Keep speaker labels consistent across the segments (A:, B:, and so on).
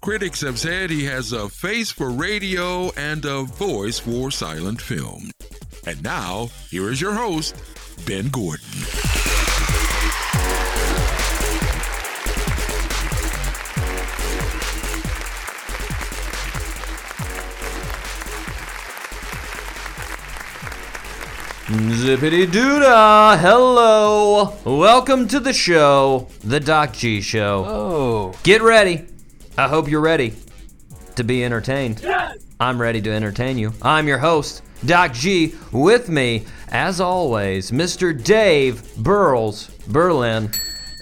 A: Critics have said he has a face for radio and a voice for silent film. And now, here is your host, Ben Gordon.
B: Zippity doodah! Hello! Welcome to the show, the Doc G Show.
C: Oh.
B: Get ready! I hope you're ready to be entertained. I'm ready to entertain you. I'm your host, Doc G. With me, as always, Mr. Dave Burles Berlin.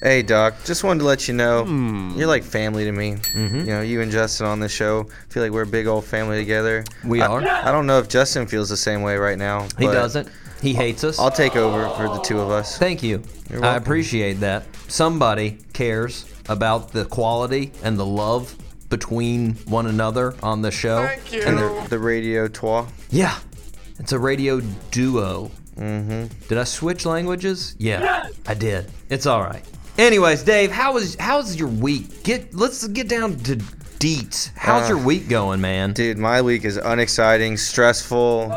D: Hey, Doc. Just wanted to let you know
B: Hmm.
D: you're like family to me.
B: Mm-hmm.
D: You know, you and Justin on this show feel like we're a big old family together.
B: We
D: I-
B: are.
D: I don't know if Justin feels the same way right now.
B: He
D: but
B: doesn't. He hates us.
D: I'll take over for the two of us.
B: Thank you. I
D: welcome.
B: appreciate that. Somebody cares about the quality and the love between one another on the show.
C: Thank you.
D: And the, the radio trois.
B: Yeah, it's a radio duo. Mm-hmm. Did I switch languages? Yeah, I did. It's all right. Anyways, Dave, how was how's your week? Get let's get down to deets. How's
D: Uh,
B: your week going, man?
D: Dude, my week is unexciting, stressful,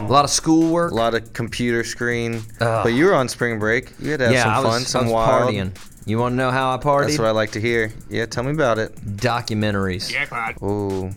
B: a lot of schoolwork.
D: a lot of computer screen.
B: Ugh.
D: But you were on spring break. You had to have
B: yeah,
D: some
B: I was,
D: fun, some
B: I was
D: wild.
B: partying. You want to know how I partied?
D: That's what I like to hear. Yeah, tell me about it.
B: Documentaries. Yeah.
D: Ooh.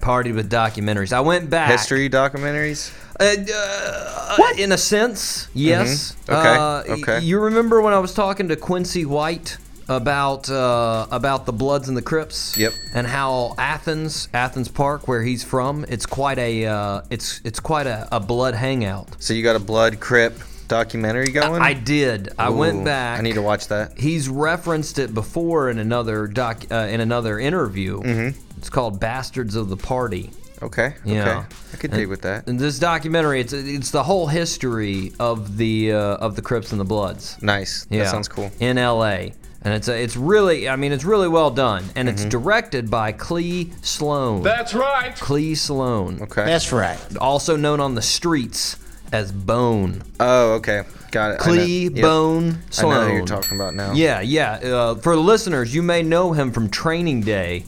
B: partied with documentaries. I went back.
D: History documentaries?
B: Uh, uh, In a sense, yes.
D: Mhm. Okay,
B: Uh, y-
D: okay.
B: You remember when I was talking to Quincy White about uh, about the Bloods and the Crips?
D: Yep.
B: And how Athens, Athens Park, where he's from, it's quite a uh, it's it's quite a, a blood hangout.
D: So you got a blood crip documentary going?
B: I did. I
D: Ooh,
B: went back.
D: I need to watch that.
B: He's referenced it before in another doc uh, in another interview. Mm-hmm. It's called "Bastards of the Party."
D: Okay.
B: Yeah.
D: Okay. I could dig with that.
B: And this documentary, it's it's the whole history of the uh, of the Crips and the Bloods.
D: Nice.
B: Yeah,
D: That sounds cool.
B: In L.A. And it's a, it's really I mean it's really well done and
D: Mm-hmm.
B: it's directed by Clee Sloan.
C: That's right.
B: Clee Sloan,
D: Okay.
E: That's right.
B: also known on the streets as Bone.
D: oh, okay. Got it. I know-
B: Clee
D: yep.
B: Bone
D: I
B: Sloan.
D: know who you're talking about now.
B: Yeah, yeah. Uh, for the listeners, you may know him from Training Day.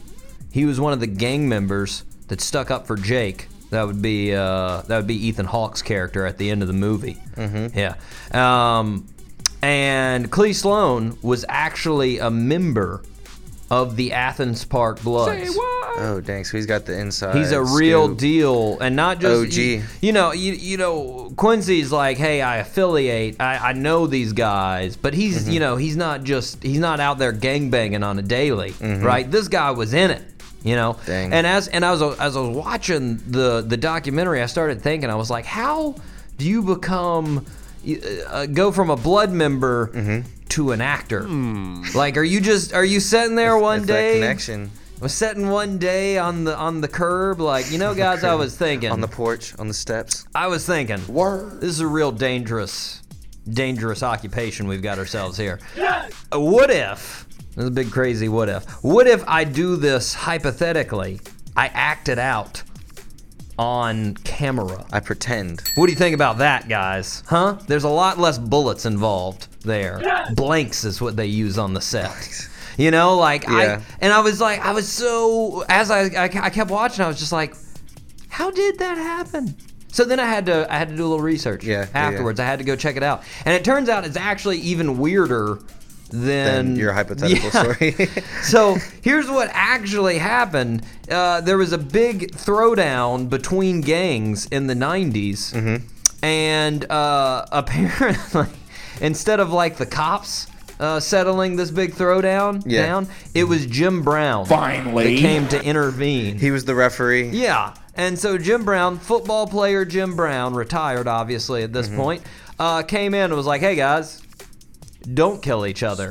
B: He was one of the gang members that stuck up for Jake. That would be uh, that would be Ethan Hawke's character at the end of the movie. Mm-hmm. Yeah. Um, and Clee Sloan was actually a member of the Athens Park Bloods.
D: Oh, dang. So he's got the inside.
B: He's a real
D: scoop.
B: deal, and not just
D: OG.
B: You, you know, you, you know, Quincy's like, hey, I affiliate, I, I know these guys, but he's
D: Mm-hmm.
B: you know he's not just he's not out there gangbanging on a daily, right? This guy was in it, you know.
D: Mm-hmm. Dang.
B: And as and as I was, as I was watching the the documentary, I started thinking, I was like, how do you become you, uh, go from a blood member?
D: Mm-hmm.
B: To an actor, like, are you just are you sitting there one
D: It's
B: day?
D: That connection
B: I was sitting one day on the on the curb, like you know, guys. I was thinking,
D: on the porch, on the steps.
B: I was thinking,
E: Word.
B: this is a real dangerous, dangerous occupation we've got ourselves here. Uh, What if? This is a big crazy what if. What if I do this hypothetically? I act it out on camera.
D: I pretend.
B: What do you think about that, guys? Huh? There's a lot less bullets involved there. Blanks is what they use on the set. You know, like
D: Yeah.
B: I and I was like, I was so as I, I I kept watching, I was just like, how did that happen? So then I had to I had to do a little research.
D: Yeah, yeah, yeah.
B: Afterwards, I had to go check it out, and it turns out it's actually even weirder than,
D: Than your hypothetical
B: Yeah.
D: story.
B: so here's what actually happened. Uh, there was a big throwdown between gangs in the 90s, and uh, apparently, instead of like the cops uh, settling this big throwdown
D: Yeah.
B: down, it was Jim Brown
E: Finally.
B: that came to intervene.
D: he was the referee.
B: Yeah. And so Jim Brown, football player Jim Brown, retired obviously at
D: Mm-hmm.
B: this point, uh, came in and was like, hey guys, don't kill each other.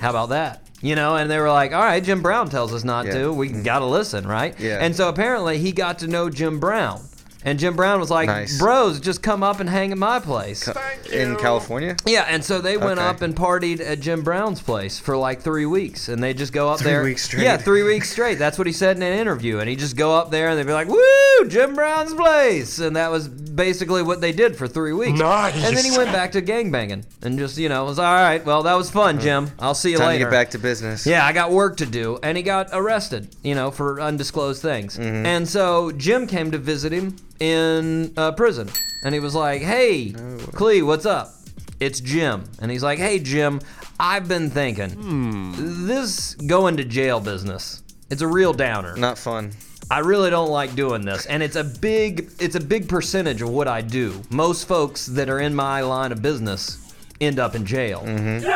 B: How about that? You know, and they were like, all right, Jim Brown tells us not
D: Yeah. Mm-hmm.
B: to. We got to listen, right?
D: Yeah.
B: And so apparently he got to know Jim Brown. And Jim Brown was like,
D: Nice.
B: "Bros, just come up and hang at my place."
D: in California.
B: yeah, and so they went
D: Okay.
B: up and partied at Jim Brown's place for like three weeks, and they just go up there.
D: weeks straight.
B: Yeah, three weeks straight. That's what he said in an interview, and he just go up there and they'd be like, "Woo, Jim Brown's place," and that was basically what they did for three weeks.
C: Nice.
B: And then he went back to gangbanging and just you know was all right. Well, that was fun, Jim. I'll see you
D: Time
B: later.
D: to get back to business.
B: Yeah, I got work to do, and he got arrested, you know, for undisclosed things. And so Jim came to visit him in uh, prison, and he was like, "Hey, Clee, what's up? It's Jim." And he's like, "Hey, Jim, I've been thinking this going to jail business. It's a real downer.
D: Not fun.
B: I really don't like doing this, and it's a big it's a big percentage of what I do. Most folks that are in my line of business end up in jail.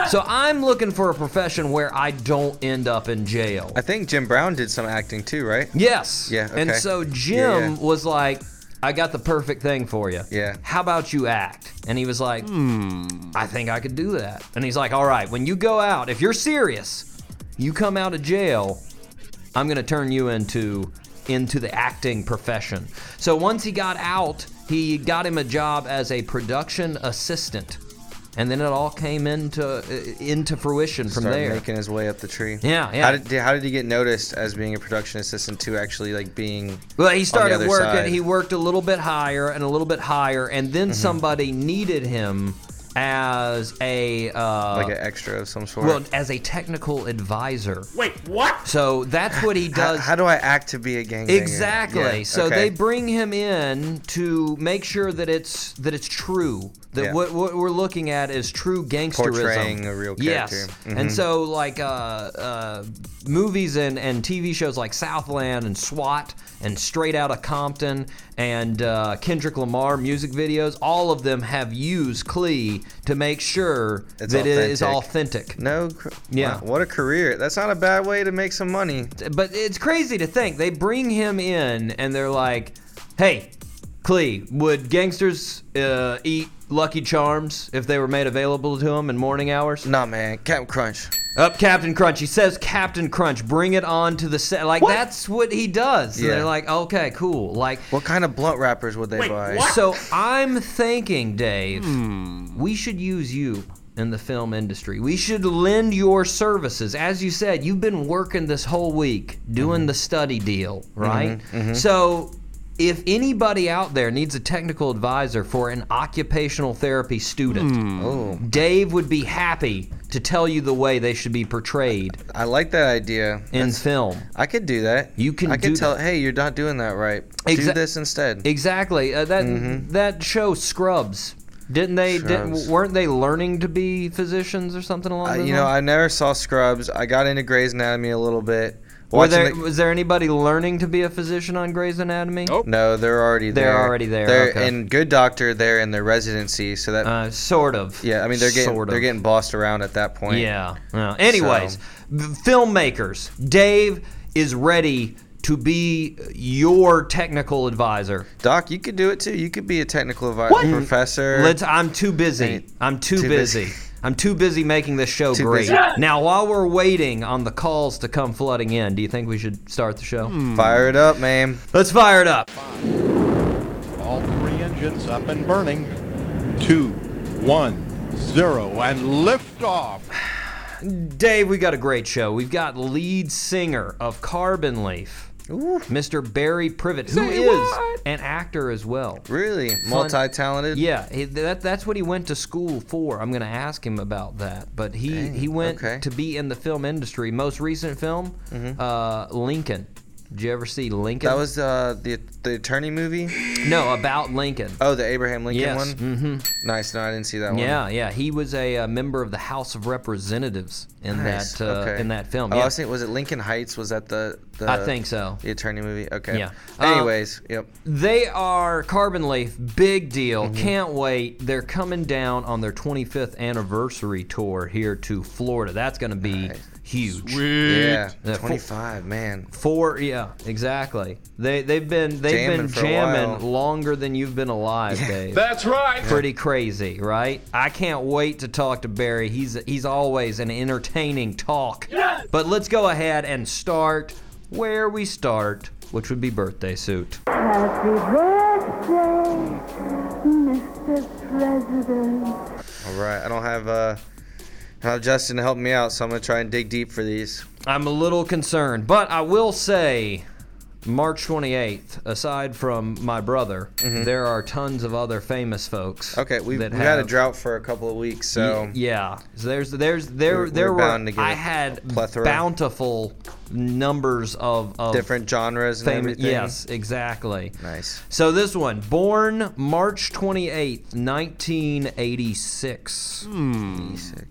B: So I'm looking for a profession where I don't end up in jail.
D: I think Jim Brown did some acting too, right?
B: Yes.
D: Yeah,
B: And
D: okay.
B: so Jim
D: Yeah, yeah.
B: was like, I got the perfect thing for you.
D: Yeah. Hmm.
B: How about you act? And he was like, I think I could do that. And he's like, All right, when you go out, if you're serious, you come out of jail, I'm gonna turn you into into the acting profession. So once he got out, he got him a job as a production assistant. And then it all came into into fruition from
D: Started
B: there.
D: making his way up the tree.
B: Yeah, yeah.
D: How did how did he get noticed as being a production assistant to actually like being?
B: Well, he started
D: other
B: working.
D: side. Mm-hmm.
B: He worked a little bit higher and a little bit higher, and then somebody needed him as a uh,
D: like an extra of some sort.
B: well as a technical advisor.
C: Wait, what?
B: So that's what he
D: how,
B: does.
D: how do I act to be a gang?
B: Exactly. So they bring him in to make sure that it's that it's true. That
D: Yeah.
B: what, what we're looking at is true gangsterism.
D: Portraying a real
B: Yes.
D: character. Mm-hmm.
B: And so like uh, uh, movies and, and TV shows like Southland and SWAT and Straight Outta Compton and uh, Kendrick Lamar music videos, all of them have used Klee to make sure
D: It's
B: that it is authentic.
D: authentic. no. cr-
B: Yeah.
D: wow, what a career. That's not a bad way to make some money.
B: but it's crazy to think they bring him in and they're like, "Hey, Clee, would gangsters uh, eat Lucky Charms if they were made available to them in morning hours?"
D: Nah, man. Captain Crunch.
B: Up, Captain Crunch. He says, "Captain Crunch, bring it on to the set." Like that's what he does. And
D: Yeah.
B: They're like, "Okay, cool." Like,
D: What kind of blunt wrappers would they
C: Wait,
D: buy?
C: what?
B: so I'm thinking, Dave, we should use you. In the film industry, we should lend your services. As you said, you've been working this whole week doing the study deal, right? So, if anybody out there needs a technical advisor for an occupational therapy student,
D: Oh,
B: Dave would be happy to tell you the way they should be portrayed
D: I like that idea.
B: in
D: That's-
B: film.
D: I could do that.
B: You can
D: I could
B: do
D: tell.
B: that.
D: Hey, you're not doing that right. do
B: Exa-
D: this instead.
B: Exactly. Uh, that that show Scrubs. Didn't they?
D: Mm-hmm. Scrubs.
B: Didn't, weren't they learning to be physicians or something along
D: Uh,
B: those
D: you know,
B: lines?
D: I never saw Scrubs. I got into Grey's Anatomy a little bit.
B: Were
D: Watching
B: there,
D: the-
B: was there anybody learning to be a physician on Grey's Anatomy?
C: Oh.
D: no, they're already
B: They're
D: there.
B: already there,
D: They're
B: okay.
D: in Good Doctor. They're in their residency, so that
B: Uh, sort of.
D: yeah. I mean, they're getting
B: Sort of.
D: they're getting bossed around at that point.
B: Yeah. yeah. Anyways, v- filmmakers. Dave is ready to be your technical advisor.
D: Doc, you could do it too. You could be a technical advisor, professor.
B: Let's. I'm too busy.
D: Hey,
B: I'm too,
D: too
B: busy.
D: busy.
B: I'm too busy making this show
D: Too
B: great.
D: busy.
B: Now, while we're waiting on the calls to come flooding in, do you think we should start the show?
D: Hmm. fire it up, man.
B: Let's fire it up.
E: All three engines up and burning. Two, one, zero, and liftoff.
B: Dave, we got a great show. We've got lead singer of Carbon Leaf, Mr. Barry Privet, who is an actor as well.
D: Really, multi-talented.
B: Yeah, he, that, that's what he went to school for. I'm going to ask him about that. But he, he went
D: okay. Mm-hmm.
B: to be in the film industry. Most recent film, uh, Lincoln. Did you ever see Lincoln?
D: That was uh, the the attorney movie.
B: no about Lincoln.
D: Oh, the Abraham Lincoln
B: Yes.
D: one. Mm-hmm. Nice. No, I didn't see that one.
B: Yeah, yeah. He was a, uh member of the House of Representatives in
D: Nice.
B: that uh,
D: okay.
B: in that film.
D: Oh,
B: yeah.
D: I was thinking, was it Lincoln Heights? Was that the, the
B: I think so.
D: the attorney movie? Okay.
B: Yeah. Um,
D: Anyways, yep.
B: They are Carbon Leaf, big deal.
D: Mm-hmm.
B: Can't wait. They're coming down on their 25th anniversary tour here to Florida. That's going to be huge.
D: Yeah.
B: Yeah, full-
D: 25, man.
B: Four, yeah, exactly. They they've been they've
D: Jamming
B: been
D: for a
B: jamming
D: while.
B: longer than you've been alive, Dave.
C: That's right.
B: Pretty crazy, right? I can't wait to talk to Barry. He's he's always an entertaining talk. But let's go ahead and start where we start which would be birthday suit.
C: Happy birthday, Mr. President.
D: All right, I don't have uh, I don't have Justin to help me out, so I'm gonna try and dig deep for these.
B: I'm a little concerned, but I will say March 28th, aside from my brother, there are tons of other famous folks.
D: Mm-hmm. Okay, we've,
B: that
D: we've had a
B: have-
D: drought for a couple of weeks, so
B: Yeah, so there's there's there
D: We're-
B: there
D: we're
B: were
D: bound to get
B: I
D: a
B: had
D: plethora.
B: bountiful numbers of, of
D: different genres and
B: famous.
D: everything.
B: Yes, exactly.
D: Nice.
B: So this one, born March 28th, 1986,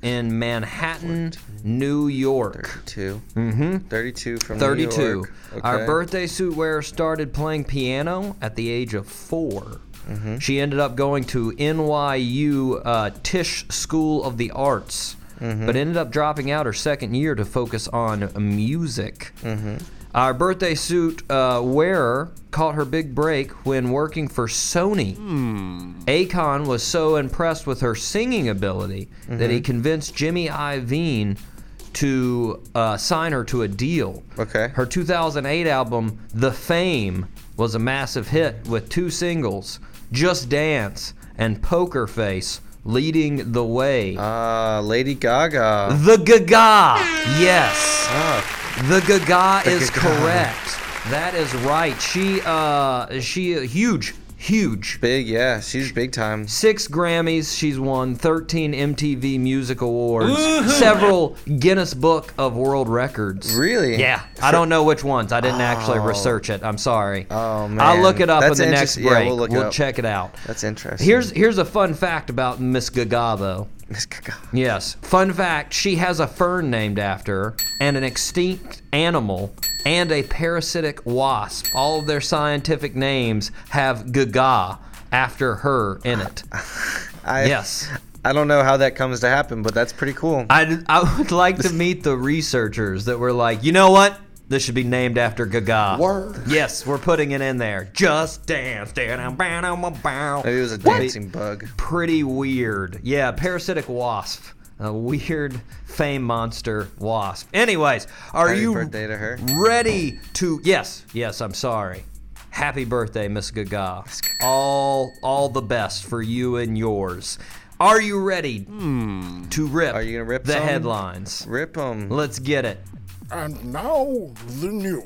B: in Manhattan, New York.
D: 32. Mm-hmm. 32 from
B: 32.
D: New York.
B: Our
D: Okay.
B: birthday suit wearer started playing piano at the age of 4
D: Mm-hmm.
B: She ended up going to NYU uh, Tisch School of the Arts,
D: Mm-hmm.
B: but ended up dropping out her second year to focus on music.
D: Mm-hmm.
B: Our birthday suit uh, wearer caught her big break when working for Sony.
D: Hmm.
B: Akon was so impressed with her singing ability that
D: Mm-hmm.
B: he convinced Jimmy Iovine to uh, sign her to a deal.
D: Okay.
B: Her 2008 album, The Fame, was a massive hit with two singles, Just Dance and Poker Face, leading the way.
D: Ah, Lady Gaga.
B: the Gaga! Yes!
D: Ah,
B: The Gaga is
D: Gaga.
B: correct. That is right. She, uh, she, a huge, huge
D: big, yeah. She's big time.
B: Six Grammys, she's won 13 MTV Music Awards, several Guinness Book of World Records.
D: Really?
B: Yeah. I don't know which ones. I didn't actually research it. I'm sorry.
D: Oh,
B: I'll
D: man.
B: look it up
D: That's
B: in the next
D: interest- yeah,
B: break.
D: we'll look it up.
B: check it out.
D: That's interesting.
B: Here's here's a fun fact about Miss Gaga though.
D: Miss Gaga.
B: Yes. Fun fact, she has a fern named after her and an extinct animal and a parasitic wasp. All of their scientific names have Gaga after her in it.
D: I,
B: Yes.
D: I don't know how that comes to happen, but that's pretty cool.
B: I'd, I would like to meet the researchers that were like, you know what? This should be named after Gaga.
E: Word.
B: Yes, we're putting it in there. Just dance. Da-dum-ba-dum-ba-bow.
D: Maybe it was a dancing bug.
B: Pretty weird. Yeah, parasitic wasp. A weird fame monster wasp. Anyways, are
D: Happy
B: you
D: birthday to her.
B: ready to? Yes, yes. I'm sorry. Happy birthday, Miss Gaga. All, all the best for you and yours. Are you ready to rip?
D: Hmm. Are you gonna rip
B: the
D: some?
B: headlines?
D: Rip 'em.
B: Let's get it.
F: And now the news.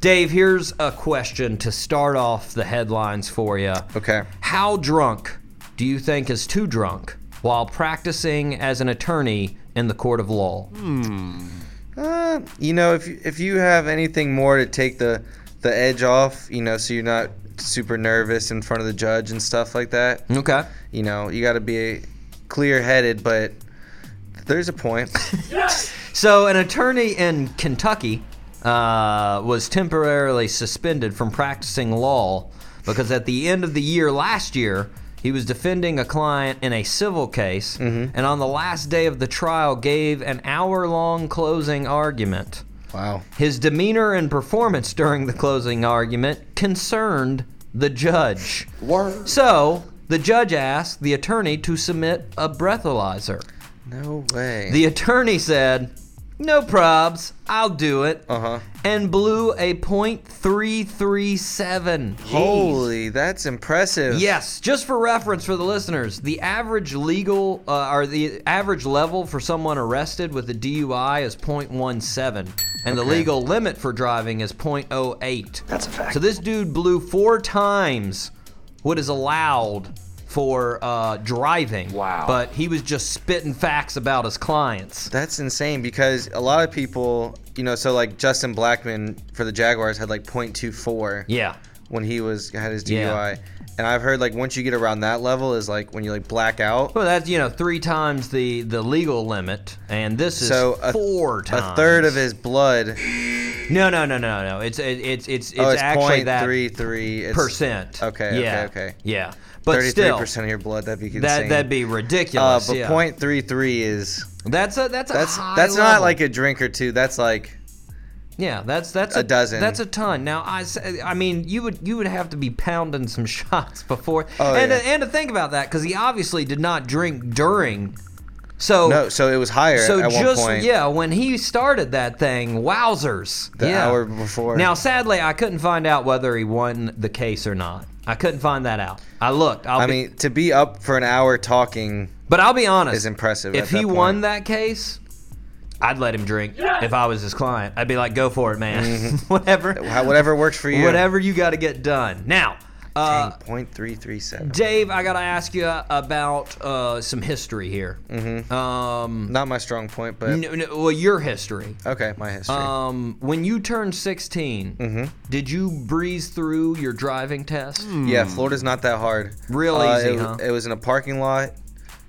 B: Dave, here's a question to start off the headlines for you.
D: Okay.
B: How drunk do you think is too drunk while practicing as an attorney in the court of law?
D: Uh, you know, if you, if you have anything more to take the the edge off, you know, so you're not super nervous in front of the judge and stuff like that.
B: Okay.
D: You know, you got to be clear-headed, but there's a point.
B: So, an attorney in Kentucky uh, was temporarily suspended from practicing law because at the end of the year last year, he was defending a client in a civil case, and on the last day of the trial, gave an hour long closing argument.
D: wow.
B: His demeanor and performance during the closing argument concerned the judge.
E: Word.
B: So, the judge asked the attorney to submit a breathalyzer.
D: No way.
B: The attorney said, No probs, I'll do it.
D: Uh-huh.
B: And blew a .337.
D: Holy, that's impressive.
B: Yes, just for reference for the listeners, the average legal uh, or the average level for someone arrested with a DUI is 0.17, and the legal limit for driving is 0.08. That's a fact. So this dude blew four times what is allowed for uh, driving. Wow. But he was just spitting facts about his clients.
D: That's insane because a lot of people, you know, so like Justin Blackman for the Jaguars had like 0.24
B: Yeah.
D: when he was had his DUI.
B: Yeah.
D: And I've heard like once you get around that level is like when you like black out.
B: Well, that's you know three times the the legal limit, and this is
D: So a-
B: four times.
D: A third of his blood.
B: No, no, no, no, no. It's it, it's it's it's,
D: oh, it's
B: actually
D: point
B: that
D: three three it's
B: percent.
D: Okay,
B: yeah.
D: okay, okay.
B: Yeah, but
D: Thirty-three
B: still,
D: percent of your blood. That'd be insane.
B: that that'd be
D: Uh,
B: ridiculous.
D: but
B: yeah.
D: point three three is
B: That's a that's a
D: that's
B: high
D: that's not
B: level.
D: like a drink or two. That's like
B: yeah. That's that's
D: a dozen.
B: That's a ton. Now I s- I mean you would you would have to be pounding some shots before
D: Oh,
B: and
D: yeah.
B: and to think about that because he obviously did not drink during So
D: No, so it was higher
B: Oh. so
D: at
B: just
D: one point.
B: yeah, when he started that thing, wowzers!
D: The
B: yeah.
D: hour before.
B: Now, sadly, I couldn't find out whether he won the case or not. I couldn't find that out. I looked. I'll
D: I
B: be-
D: mean, to be up for an hour talking,
B: but I'll be honest,
D: is impressive
B: If
D: at
B: he
D: that
B: won
D: point.
B: that case, I'd let him drink. If I was his client, I'd be like, "Go for it, man. whatever,
D: Mm-hmm. how- whatever works for you.
B: whatever you got to get done." Now, uh,
D: Point three three seven.
B: Dave, I gotta ask you about uh, some history here.
D: Mm-hmm.
B: Um,
D: Not my strong point, but
B: n- n- well, your history.
D: okay, my history.
B: Um, when you turned 16,
D: Mm-hmm.
B: did you breeze through your driving test?
D: yeah, Florida's not that hard.
B: Hmm. Real
D: Uh,
B: easy,
D: it,
B: huh?
D: It was in a parking lot.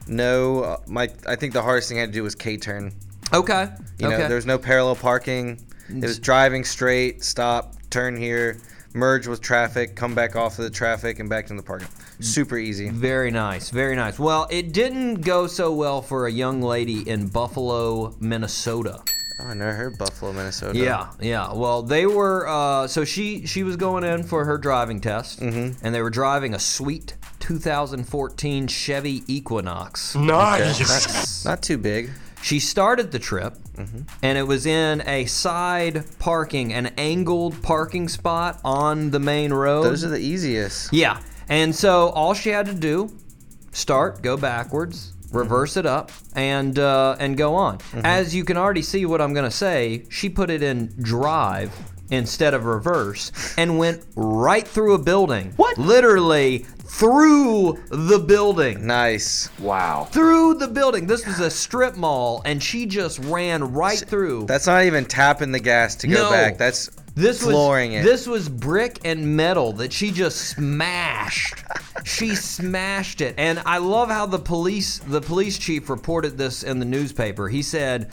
D: No, uh, my I think the hardest thing I had to do was K turn.
B: Okay.
D: You
B: okay.
D: know, there's no parallel parking. It was driving straight, stop, turn here, merge with traffic, come back off of the traffic, and back into the parking. Super easy.
B: Very nice, very nice. Well, it didn't go so well for a young lady in Buffalo, Minnesota.
D: Oh, I never heard Buffalo, Minnesota.
B: Yeah, yeah. Well, they were. Uh, so she she was going in for her driving test,
D: Mm-hmm.
B: and they were driving a sweet 2014 Chevy Equinox.
D: Mm-hmm. Nice. Not too big.
B: She started the trip,
D: Mm-hmm.
B: and it was in a side parking, an angled parking spot on the main road.
D: Those are the easiest.
B: Yeah. And so all she had to do, start, go backwards, reverse it up, and uh, and go on. As you can already see what I'm gonna say, she put it in drive instead of reverse and went right through a building. What? Literally through the building.
D: Nice.
B: Through the building. This was a strip mall and she just ran right through.
D: That's not even tapping the gas to go
B: No.
D: back. That's
B: This
D: flooring
B: was
D: it.
B: this was brick and metal that she just smashed. she smashed it, and I love how the police the police chief reported this in the newspaper. He said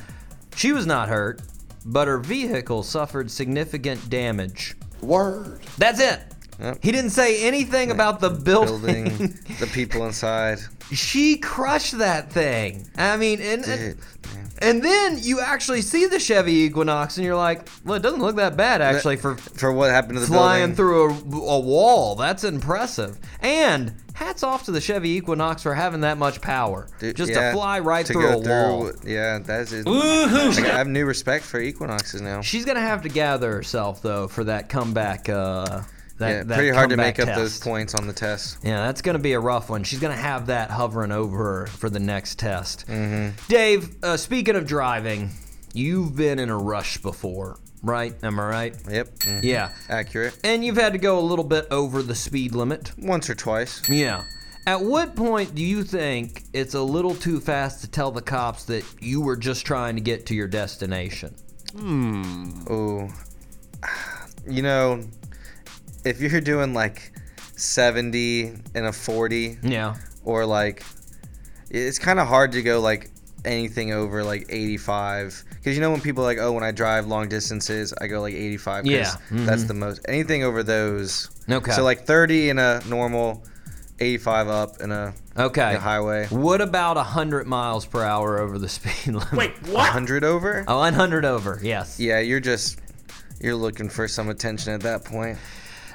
B: she was not hurt, but her vehicle suffered significant damage.
E: Word.
B: That's it.
D: Yep.
B: He didn't say anything about the building.
D: building, the people inside.
B: she crushed that thing. I mean, and, and
D: Dude, man.
B: and then you actually see the Chevy Equinox, and you're like, well, it doesn't look that bad actually for
D: For what happened to the
B: flying
D: building.
B: through a, a wall. That's impressive. And hats off to the Chevy Equinox for having that much power.
D: Dude,
B: Just
D: yeah,
B: to fly right
D: to
B: through
D: go
B: a wall.
D: through- Yeah, that's it. Like, I have new respect for equinoxes now.
B: She's gonna have to gather herself though for that comeback. Uh, that,
D: yeah,
B: that
D: pretty hard to
B: comeback
D: make up those
B: test.
D: points on the test.
B: Yeah, that's gonna be a rough one. She's gonna have that hovering over her for the next test.
D: Mm-hmm.
B: Dave, uh, speaking of driving, you've been in a rush before, right? Am I right?
D: Yep. mhm.
B: Yeah.
D: Accurate.
B: And you've had to go a little bit over the speed limit.
D: Once or twice.
B: Yeah. At what point do you think it's a little too fast to tell the cops that you were just trying to get to your destination?
D: Ooh. You know, if you're doing like 70 and a 40,
B: Yeah.
D: or like, it's kind of hard to go like anything over like 85. Because you know, when people are like, oh, when I drive long distances, I go like 85. 'cause
B: Yeah, Mm-hmm.
D: That's the most. Anything over those.
B: Okay.
D: So like 30 in a normal, 85 up in a,
B: Okay.
D: in a highway.
B: What about 100 miles per hour over the speed limit? Wait.
D: 100 over?
B: Oh, 100 over, yes.
D: Yeah, you're just. You're looking for some attention at that point.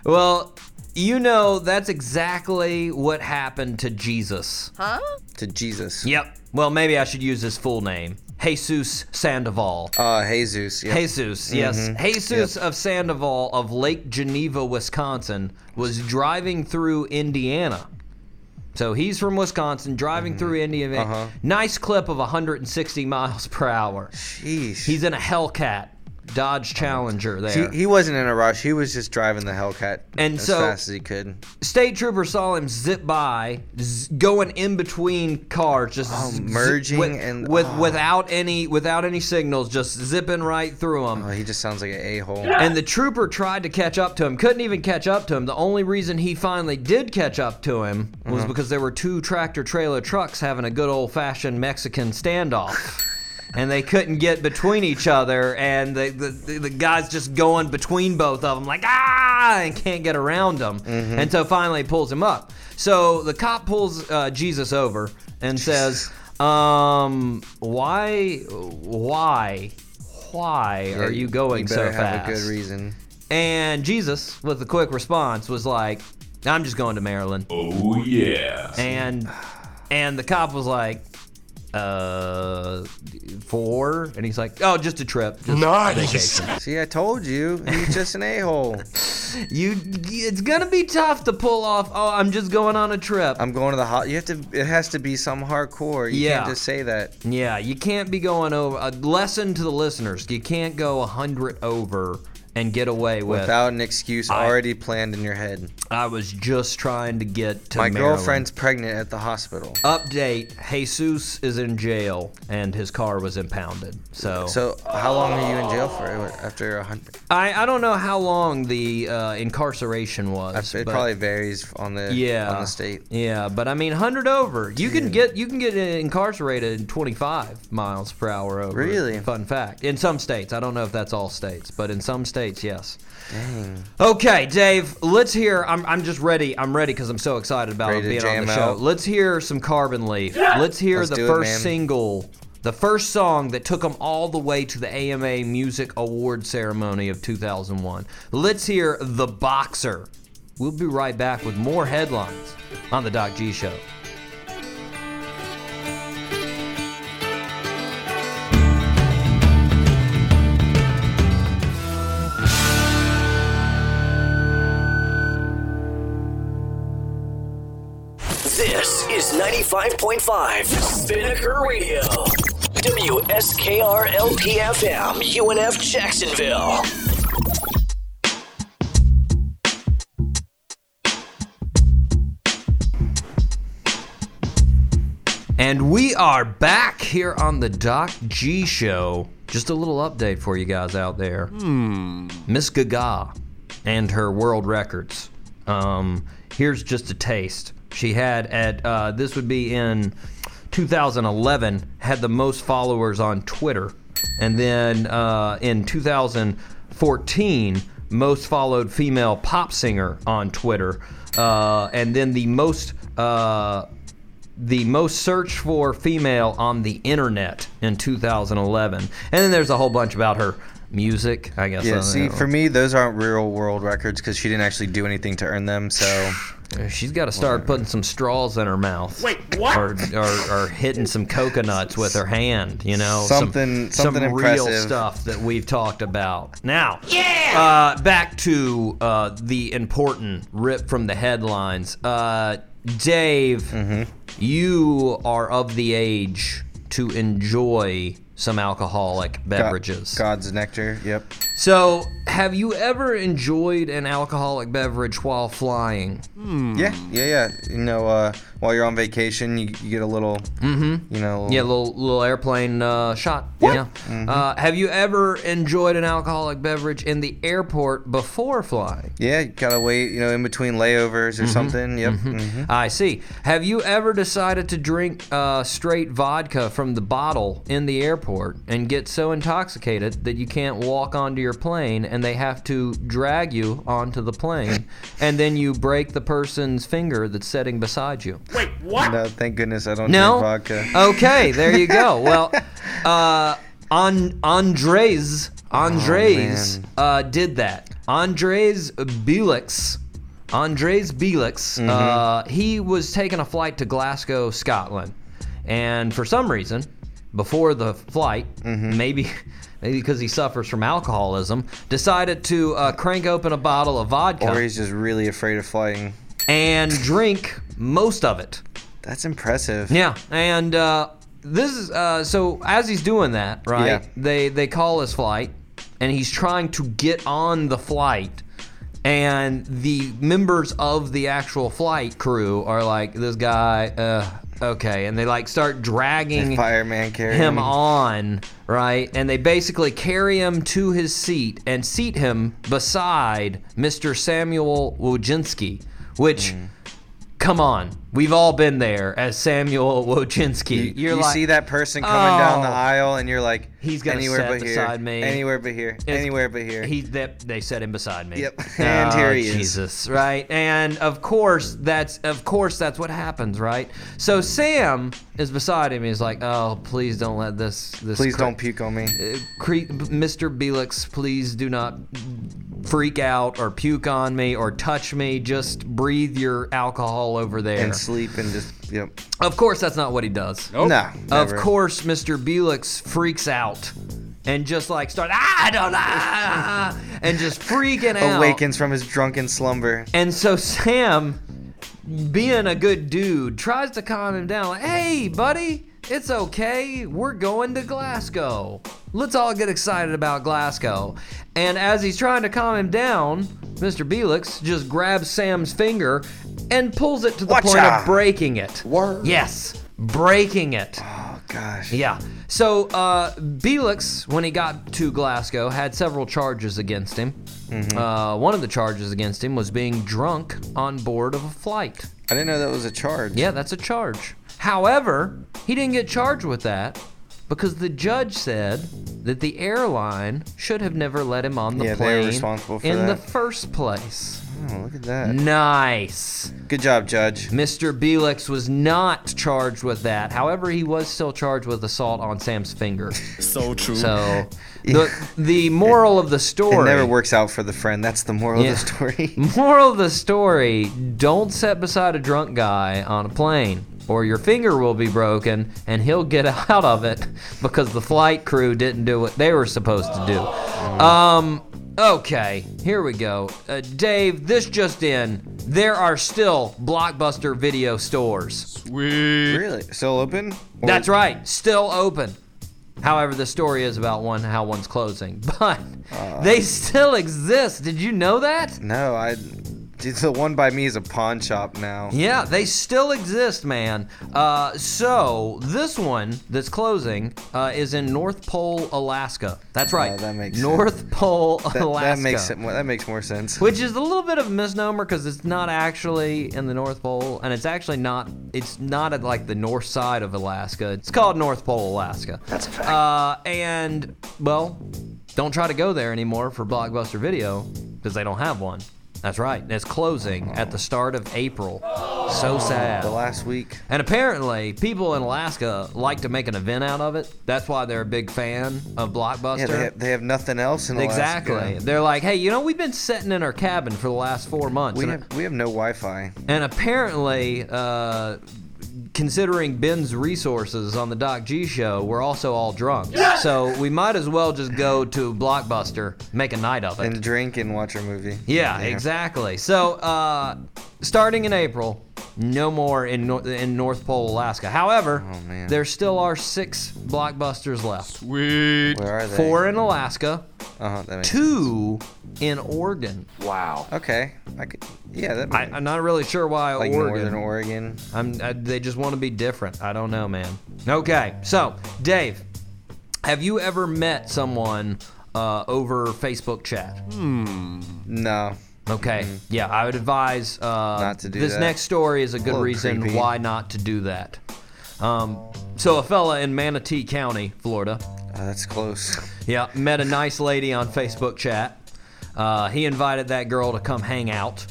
B: Well, you know, that's exactly what happened to Jesus.
D: To Jesus.
B: Yep. Well, maybe I should use his full name Jesus Sandoval.
D: Uh, Jesus. Yeah.
B: Jesus, yes.
D: Mm-hmm.
B: Jesus of Sandoval of Lake Geneva, Wisconsin, was driving through Indiana. So he's from Wisconsin,
D: Mm-hmm.
B: driving through Indiana.
D: Uh-huh.
B: Nice clip of 160 miles per hour.
D: Sheesh.
B: He's in a Hellcat, Dodge Challenger
D: he,
B: there.
D: he wasn't in a rush. He was just driving the Hellcat
B: And
D: as
B: so-
D: fast as he could.
B: State trooper saw him zip by, z- going in between cars, just z-
D: Oh, merging
B: with,
D: and-
B: with
D: oh.
B: without any without any signals, just zipping right through him.
D: Oh, he just sounds like an a hole.
B: And the trooper tried to catch up to him, couldn't even catch up to him. The only reason he finally did catch up to him was because there were two tractor trailer trucks having a good old fashioned Mexican standoff. And they couldn't get between each other, and the, the, the, the guy's just going between both of them, like, ah, and can't get around them. And so finally he pulls him up. So the cop pulls uh, Jesus over and says, um, why, why, why are you going
D: better
B: so fast?
D: have a good reason.
B: And Jesus, with a quick response, was like, "I'm just going to Maryland."
G: Oh yeah.
B: And and the cop was like, uh, four? And he's like, oh, just a trip. Just
G: Nice.
B: vacation.
D: See, I told you, he's just an a-hole.
B: You, it's gonna be tough to pull off. Oh, I'm just going on a trip.
D: I'm going to the hot. You have to. It has to be some hardcore. You
B: Yeah.
D: can't just say that.
B: yeah, you can't be going over. A lesson to the listeners: you can't go a hundred over and get away with.
D: Without an excuse already planned in your head.
B: I was just trying to get to
D: My
B: Maryland.
D: girlfriend's pregnant at the hospital.
B: Update: Jesus is in jail and his car was impounded. So,
D: So how long are you in jail for? After a hundred,
B: I, I don't know how long the uh, incarceration was.
D: it
B: but-
D: probably varies on the
B: yeah
D: on the state.
B: Yeah, but I mean, hundred over, you can get you can get incarcerated in twenty five miles per hour over.
D: Really?
B: Fun fact. In some states, I don't know if that's all states, but in some states, yes. Okay, Dave, let's hear. I'm, I'm just ready. I'm ready because I'm so excited about
D: Ready
B: it
D: to
B: being on
D: jam
B: the show.
D: out?
B: Let's hear some Carbon Leaf. Let's hear
D: Let's
B: the
D: do it,
B: first
D: man.
B: single, the first song that took them all the way to the AMA Music Award ceremony of 2001. Let's hear The Boxer. We'll be right back with more headlines on The Doc G Show.
H: This is 95.5 Spinnaker Radio. WSKR LPFM, UNF Jacksonville.
B: And we are back here on the Doc G Show. Just a little update for you guys out there. Miss Gaga and her world records. Um, here's just a taste. She had at uh, this would be in 2011 had the most followers on Twitter, and then uh, in 2014 most followed female pop singer on Twitter, uh, and then the most. Uh, the most searched for female on the internet in 2011. And then there's a whole bunch about her music, I guess.
D: Yeah.
B: Uh,
D: See, for me, those aren't real world records because she didn't actually do anything to earn them. So
B: She's got to start putting some straws in her mouth.
G: Wait, what?
B: Or, or, or hitting some coconuts with her hand, you know? some-
D: Something- something
B: some real
D: impressive.
B: stuff that we've talked about. Now, yeah! uh, back to uh, the important rip from the headlines. Uh, Dave,
D: Mm-hmm.
B: you are of the age to enjoy some alcoholic
D: God-
B: beverages.
D: God's nectar. Yep.
B: So, have you ever enjoyed an alcoholic beverage while flying?
D: Yeah. Yeah. Yeah. You know, uh, while you're on vacation, you, you get a little. You know.
B: Mm-hmm. Yeah, little little airplane uh, shot. Yeah. Uh, have you ever enjoyed an alcoholic beverage in the airport before flying?
D: Yeah. You gotta wait. You know, in between layovers
B: Mm-hmm.
D: or something. Yep. mhm.
B: I see. Have you ever decided to drink uh, straight vodka from the bottle in the airport and get so intoxicated that you can't walk onto your plane and they have to drag you onto the plane and then you break the person's finger that's sitting beside you?
G: Wait, what?
D: No, Uh, thank goodness I don't
B: No.
D: drink vodka.
B: Okay, there you go. Well, uh, on Andres Andres
D: Oh, man.
B: uh, did that. Andres Belix. Andres Belix.
D: Mm-hmm.
B: Uh, he was taking a flight to Glasgow, Scotland, and for some reason, before the flight,
D: Mm-hmm.
B: maybe. Maybe because he suffers from alcoholism, decided to uh, crank open a bottle of vodka
D: Or he's just really afraid of flying.
B: and drink most of it.
D: That's impressive.
B: Yeah, and uh, this is uh, so as he's doing that, right?
D: Yeah.
B: They they call his flight, and he's trying to get on the flight, and the members of the actual flight crew are like, "This guy, uh, okay," and they like start dragging
D: Fireman carrying
B: him on, right? And they basically carry him to his seat and seat him beside Mr. Samuel Wojcinski, which,
D: Mm.
B: come on, we've all been there as Samuel Wojcinski.
D: You, you see that person coming down the
B: "Oh,
D: aisle, and you're like,
B: he's gonna
D: anywhere
B: sit
D: but
B: beside
D: here,
B: me."
D: anywhere but here,
B: It's-
D: anywhere but here.
B: He that they set him beside me.
D: Yep. And
B: Oh,
D: here he is.
B: Jesus, right? And of course that's of course that's what happens, right? So Sam is beside him. He's like, "Oh, please don't let this this
D: Please
B: cra-
D: don't puke on me.
B: Uh, cre- Mr. Belix, please do not freak out or puke on me or touch me. Just breathe your alcohol over there.
D: And sleep and just yep.
B: Of course, that's not what he does.
D: No, never.
B: Oh, Of course, Mr. Belix freaks out and just like starts, I don't know, and just freaking out.
D: Awakens from his drunken slumber.
B: And so Sam, being a good dude, tries to calm him down. Like, hey, buddy, it's okay. We're going to Glasgow. Let's all get excited about Glasgow. And as he's trying to calm him down, Mr. Belix just grabs Sam's finger and pulls it to the point
D: Whatcha?
B: of breaking it.
D: Word.
B: Yes, breaking it.
D: Oh gosh.
B: Yeah. So uh, Belix, when he got to Glasgow, had several charges against him.
D: Mm-hmm.
B: Uh, one of the charges against him was being drunk on board of a flight.
D: I didn't know that was a charge.
B: Yeah, that's a charge. However, he didn't get charged with that because the judge said that the airline should have never let him on the
D: Yeah, they were
B: plane
D: responsible for
B: in the
D: that.
B: first place.
D: Oh, look at that.
B: Nice.
D: Good job, Judge.
B: Mr. Belix was not charged with that. However, he was still charged with assault on Sam's finger.
G: So true.
B: So the the moral of the
D: It
B: story
D: never works out for the friend. That's the moral
B: Yeah. Mm.
D: of the story.
B: Moral of the story, don't sit beside a drunk guy on a plane or your finger will be broken and he'll get out of it because the flight crew didn't do what they were supposed to do. Um okay, here we go. Uh, Dave, this just in. There are still blockbuster video stores.
D: really? Still open? Or-
B: That's right, still open. However, the story is about one how one's closing, but
D: Uh.
B: they still exist. Did you know that?
D: No, I. Dude, the one by me is a pawn shop now.
B: Yeah, they still exist, man. Uh, so this one that's closing uh, is in North Pole, Alaska. That's right.
D: Oh, that makes
B: North Pole,
D: That,
B: Alaska.
D: that makes it. More, that makes more sense.
B: Which is a little bit of a misnomer because it's not actually in the North Pole, and it's actually not. It's not at like the north side of Alaska. It's called North Pole, Alaska. That's a fact. Uh, and well, don't try to go there anymore for Blockbuster Video because they don't have one. That's right. and It's closing at the start of April. So sad.
D: The last week.
B: And apparently, people in Alaska like to make an event out of it. That's why they're a big fan of Blockbuster.
D: Yeah, they have, they have nothing else in Alaska.
B: Exactly. They're like, hey, you know, we've been sitting in our cabin for the last four months.
D: We
B: And,
D: have, we have no Wi-Fi.
B: and apparently, uh, considering Ben's resources on the Doc G show, we're also all drunk. So we might as well just go to Blockbuster, make a night of it.
D: And drink and watch a movie.
B: yeah, exactly. So uh, starting in April, no more in, nor- in North Pole, Alaska. However,
D: Oh, man.
B: there still are six Blockbusters left
D: Where are they?
B: four in Alaska,
D: Uh-huh, that makes
B: two in Oregon.
D: Okay. I could. Yeah, that.
B: I, I'm not really sure why
D: like
B: Oregon.
D: Northern Oregon.
B: I'm, I, they just want to be different. I don't know, man. Okay, so Dave, have you ever met someone uh, over Facebook chat?
D: Hmm. No.
B: Okay, yeah, I would advise uh,
D: Hmm. Not to do
B: this
D: that.
B: next story is a good
D: little
B: reason
D: creepy.
B: why not to do that. Um, so a fella in Manatee County, Florida,
D: Oh, that's close.
B: Yeah, met a nice lady on Facebook chat. Uh, he invited that girl to come hang out,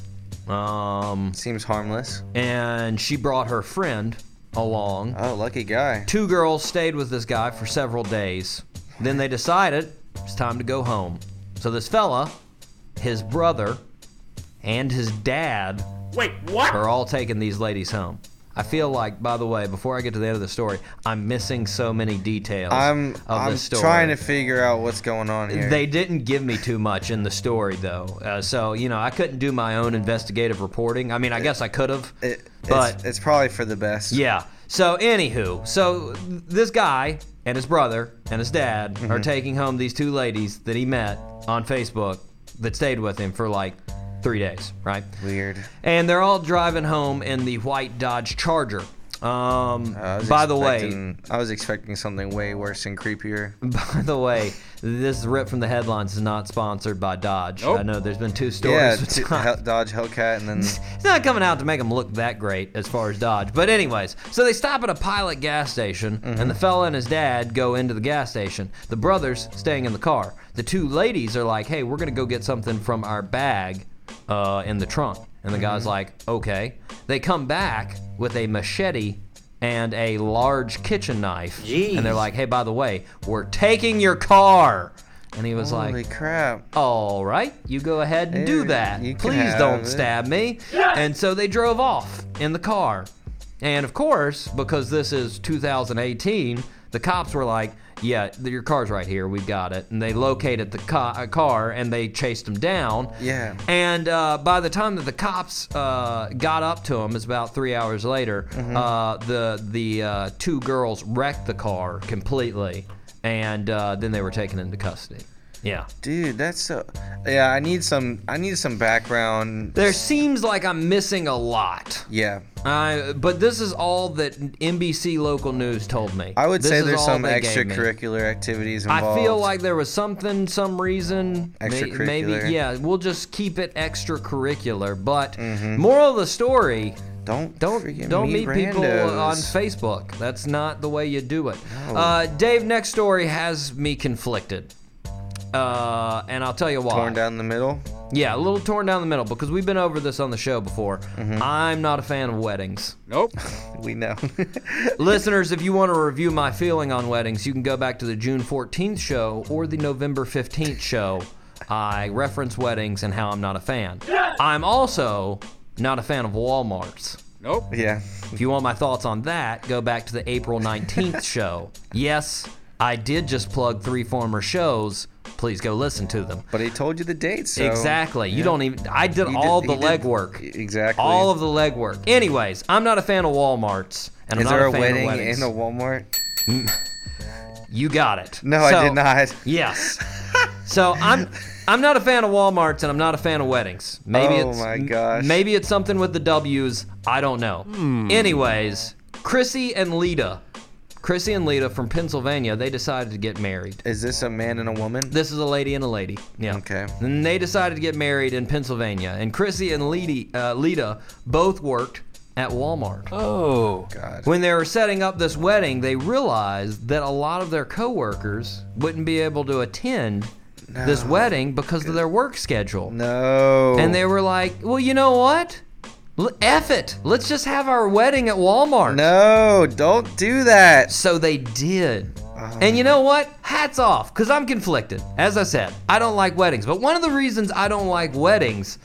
B: um,
D: Seems harmless.
B: and she brought her friend along.
D: Oh, lucky guy.
B: Two girls stayed with this guy for several days. Then they decided it's time to go home. So this fella, his brother, and his dad
G: Wait, what?
B: are all taking these ladies home. I feel like, by the way, before I get to the end of the story, I'm missing so many details
D: I'm
B: of
D: I'm
B: this story.
D: trying to figure out what's going on here.
B: They didn't give me too much in the story, though. Uh, so, you know, I couldn't do my own investigative reporting. I mean, I guess I could have.
D: It- it's,
B: but-
D: it's probably for the best.
B: Yeah. So, anywho, so this guy and his brother and his dad are
D: Mm-hmm.
B: taking home these two ladies that he met on Facebook that stayed with him for like three days, right?
D: Weird.
B: And they're all driving home in the white Dodge Charger. Um,
D: I was
B: by the way,
D: expecting- I was expecting something way worse and creepier.
B: By the way, this rip from the headlines is not sponsored by Dodge. I know there's been two stories.
D: Yeah,
B: with
D: t-
B: Dodge.
D: Hel- Dodge Hellcat, and then
B: It's not coming out to make them look that great as far as Dodge. But anyways, so they stop at a pilot gas station, and the fella and his dad go into the gas station. The brothers staying in the car. The two ladies are like, "Hey, we're gonna go get something from our bag uh, in the trunk." And the guy's like, "Okay." They come back with a machete and a large kitchen knife, and they're like, "Hey, by the way, we're taking your car." And he was like,
D: holy crap!
B: all right, you go ahead and do
D: Hey,
B: that.
D: you can
B: Please
D: have
B: don't
D: it."
B: stab me. And so they drove off in the car. And of course, because this is 2018, the cops were like, yeah, th- your car's right here. We got it. And they located the ca- uh, car and they chased him down.
D: Yeah.
B: And uh, by the time that the cops uh, got up to him, it's about three hours later.
D: Mm-hmm.
B: Uh, the the uh, two girls wrecked the car completely, and uh, then they were taken into custody. Yeah.
D: Dude, that's so. Yeah, I need some. I need some background.
B: There seems like I'm missing a lot.
D: Yeah,
B: Uh, but this is all that NBC local news told me.
D: I would
B: This
D: say
B: is
D: there's
B: all
D: some
B: they gave me.
D: extracurricular activities
B: I
D: involved.
B: feel like there was something, some reason. may-
D: Extracurricular.
B: Maybe, yeah, we'll just keep it extracurricular. But moral of the story
D: don't
B: don't
D: Mm-hmm. freaking
B: don't meet, people
D: randos.
B: on Facebook. That's not the way you do it. Uh, Dave, next story has me conflicted, uh, and I'll tell you why.
D: Torn down the middle.
B: Yeah, a little torn down the middle because we've been over this on the show before.
D: Mm-hmm.
B: I'm not a fan of weddings.
G: Nope.
D: We know.
B: Listeners, if you want to review my feeling on weddings, you can go back to the June 14th show or the November 15th show. I reference weddings and how I'm not a fan. I'm also not a fan of Walmarts.
G: Nope.
D: yeah.
B: If you want my thoughts on that, go back to the April 19th show. Yes, I did just plug three former shows. Please go listen to them.
D: But he told you the date, so
B: Exactly. You don't even. I did
D: He did-
B: all
D: he
B: the
D: did-
B: legwork.
D: Exactly.
B: All of the legwork. Anyways, I'm not a fan of Walmarts, and
D: Is
B: I'm not
D: there a
B: a fan
D: wedding
B: of weddings.
D: in a Walmart?
B: you got it.
D: No,
B: So-
D: I did not.
B: Yes. so I'm I'm not a fan of WalMarts and I'm not a fan of weddings. Maybe
D: Oh
B: it's
D: my
B: m-
D: gosh. Hmm.
B: maybe it's something with the W's. I don't know. Anyways, Chrissy and Lita, Chrissy and Lita from Pennsylvania, they decided to get married.
D: Is this a man and a woman?
B: This is a lady and a lady. Yeah.
D: Okay.
B: And they decided to get married in Pennsylvania. And Chrissy and Lita, uh, Lita both worked at Walmart.
G: Oh.
B: When they were setting up this wedding, they realized that a lot of their coworkers wouldn't be able to attend this wedding because of their work schedule.
D: no.
B: And they were like, well, you know what? L- F it. Let's just have our wedding at Walmart.
D: No, don't do that.
B: So they did. And you know what? Hats off, because I'm conflicted. As I said, I don't like weddings. But one of the reasons I don't like weddings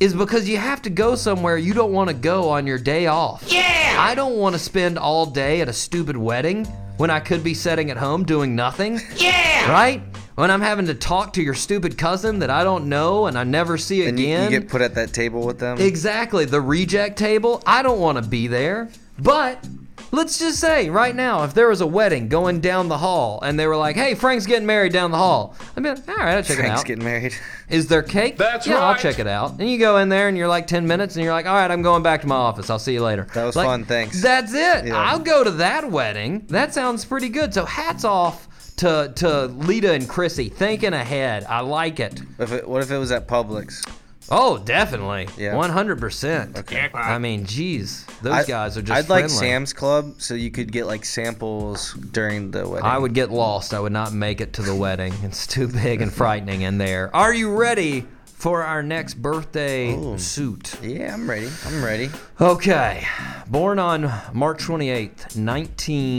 B: is because you have to go somewhere you don't want to go on your day off. Yeah! I don't want to spend all day at a stupid wedding when I could be sitting at home doing nothing. Yeah! Right? When I'm having to talk to your stupid cousin that I don't know and I never see
D: And you,
B: again.
D: you get put at that table with them.
B: Exactly. The reject table. I don't want to be there. But let's just say right now, if there was a wedding going down the hall and they were like, hey, Frank's getting married down the hall, I'd be like, all right, I'll check it
D: Frank's
B: out.
D: getting married.
B: Is there cake? That's yeah, I'll check it out. And you go in there and you're like 10 minutes and you're like, all right, I'm going back to my office. I'll see you later.
D: That was
B: Like,
D: fun, thanks.
B: That's it.
D: Yeah.
B: I'll go to that wedding. That sounds pretty good. So hats off. To, to Lita and Chrissy, thinking ahead. I like it.
D: If it, what if it was at Publix?
B: Oh, definitely.
D: Yeah.
B: 100%. I mean, geez, those
D: I-
B: guys are just
D: I'd like
B: friendly.
D: Sam's Club, so you could get like samples during the wedding.
B: I would get lost. I would not make it to the wedding. It's too big and frightening in there. Are you ready for our next birthday
D: Oh.
B: suit?
D: Yeah, I'm ready. I'm ready.
B: Okay. Born on March 28th,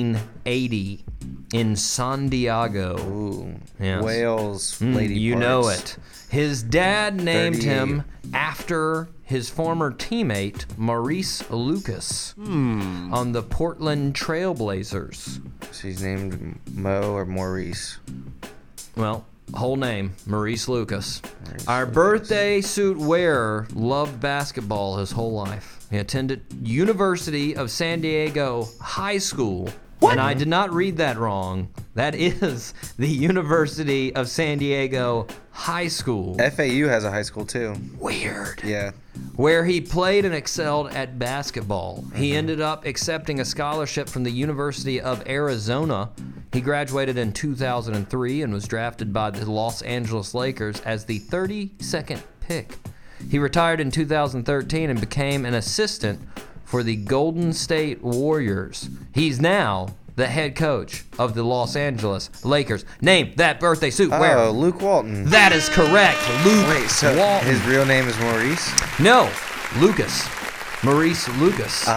B: 1980 in Santiago.
D: Ooh,
B: Yes.
D: Wales
B: Mm,
D: lady.
B: you
D: parts.
B: know it. His dad named
D: 38.
B: him after his former teammate Maurice Lucas on the Portland Trailblazers.
D: She's named Mo or Maurice.
B: Well, whole name Maurice Lucas. Our birthday suit wearer loved basketball his whole life. He attended University of San Diego High School. And I did not read that wrong. That is the University of San Diego High School.
D: FAU has a high school too.
B: Weird
D: Yeah.
B: where he played and excelled at basketball.
D: Mm-hmm.
B: He ended up accepting a scholarship from the University of Arizona. He graduated in 2003 and was drafted by the Los Angeles Lakers as the 32nd pick. He retired in 2013 and became an assistant for the Golden State Warriors. He's now the head coach of the Los Angeles Lakers. Name that birthday suit.
D: Oh,
B: Where?
D: Luke Walton.
B: That is correct. Luke
D: Wait, so
B: Walton.
D: his real name is Maurice?
B: No, Lucas. Maurice Lucas.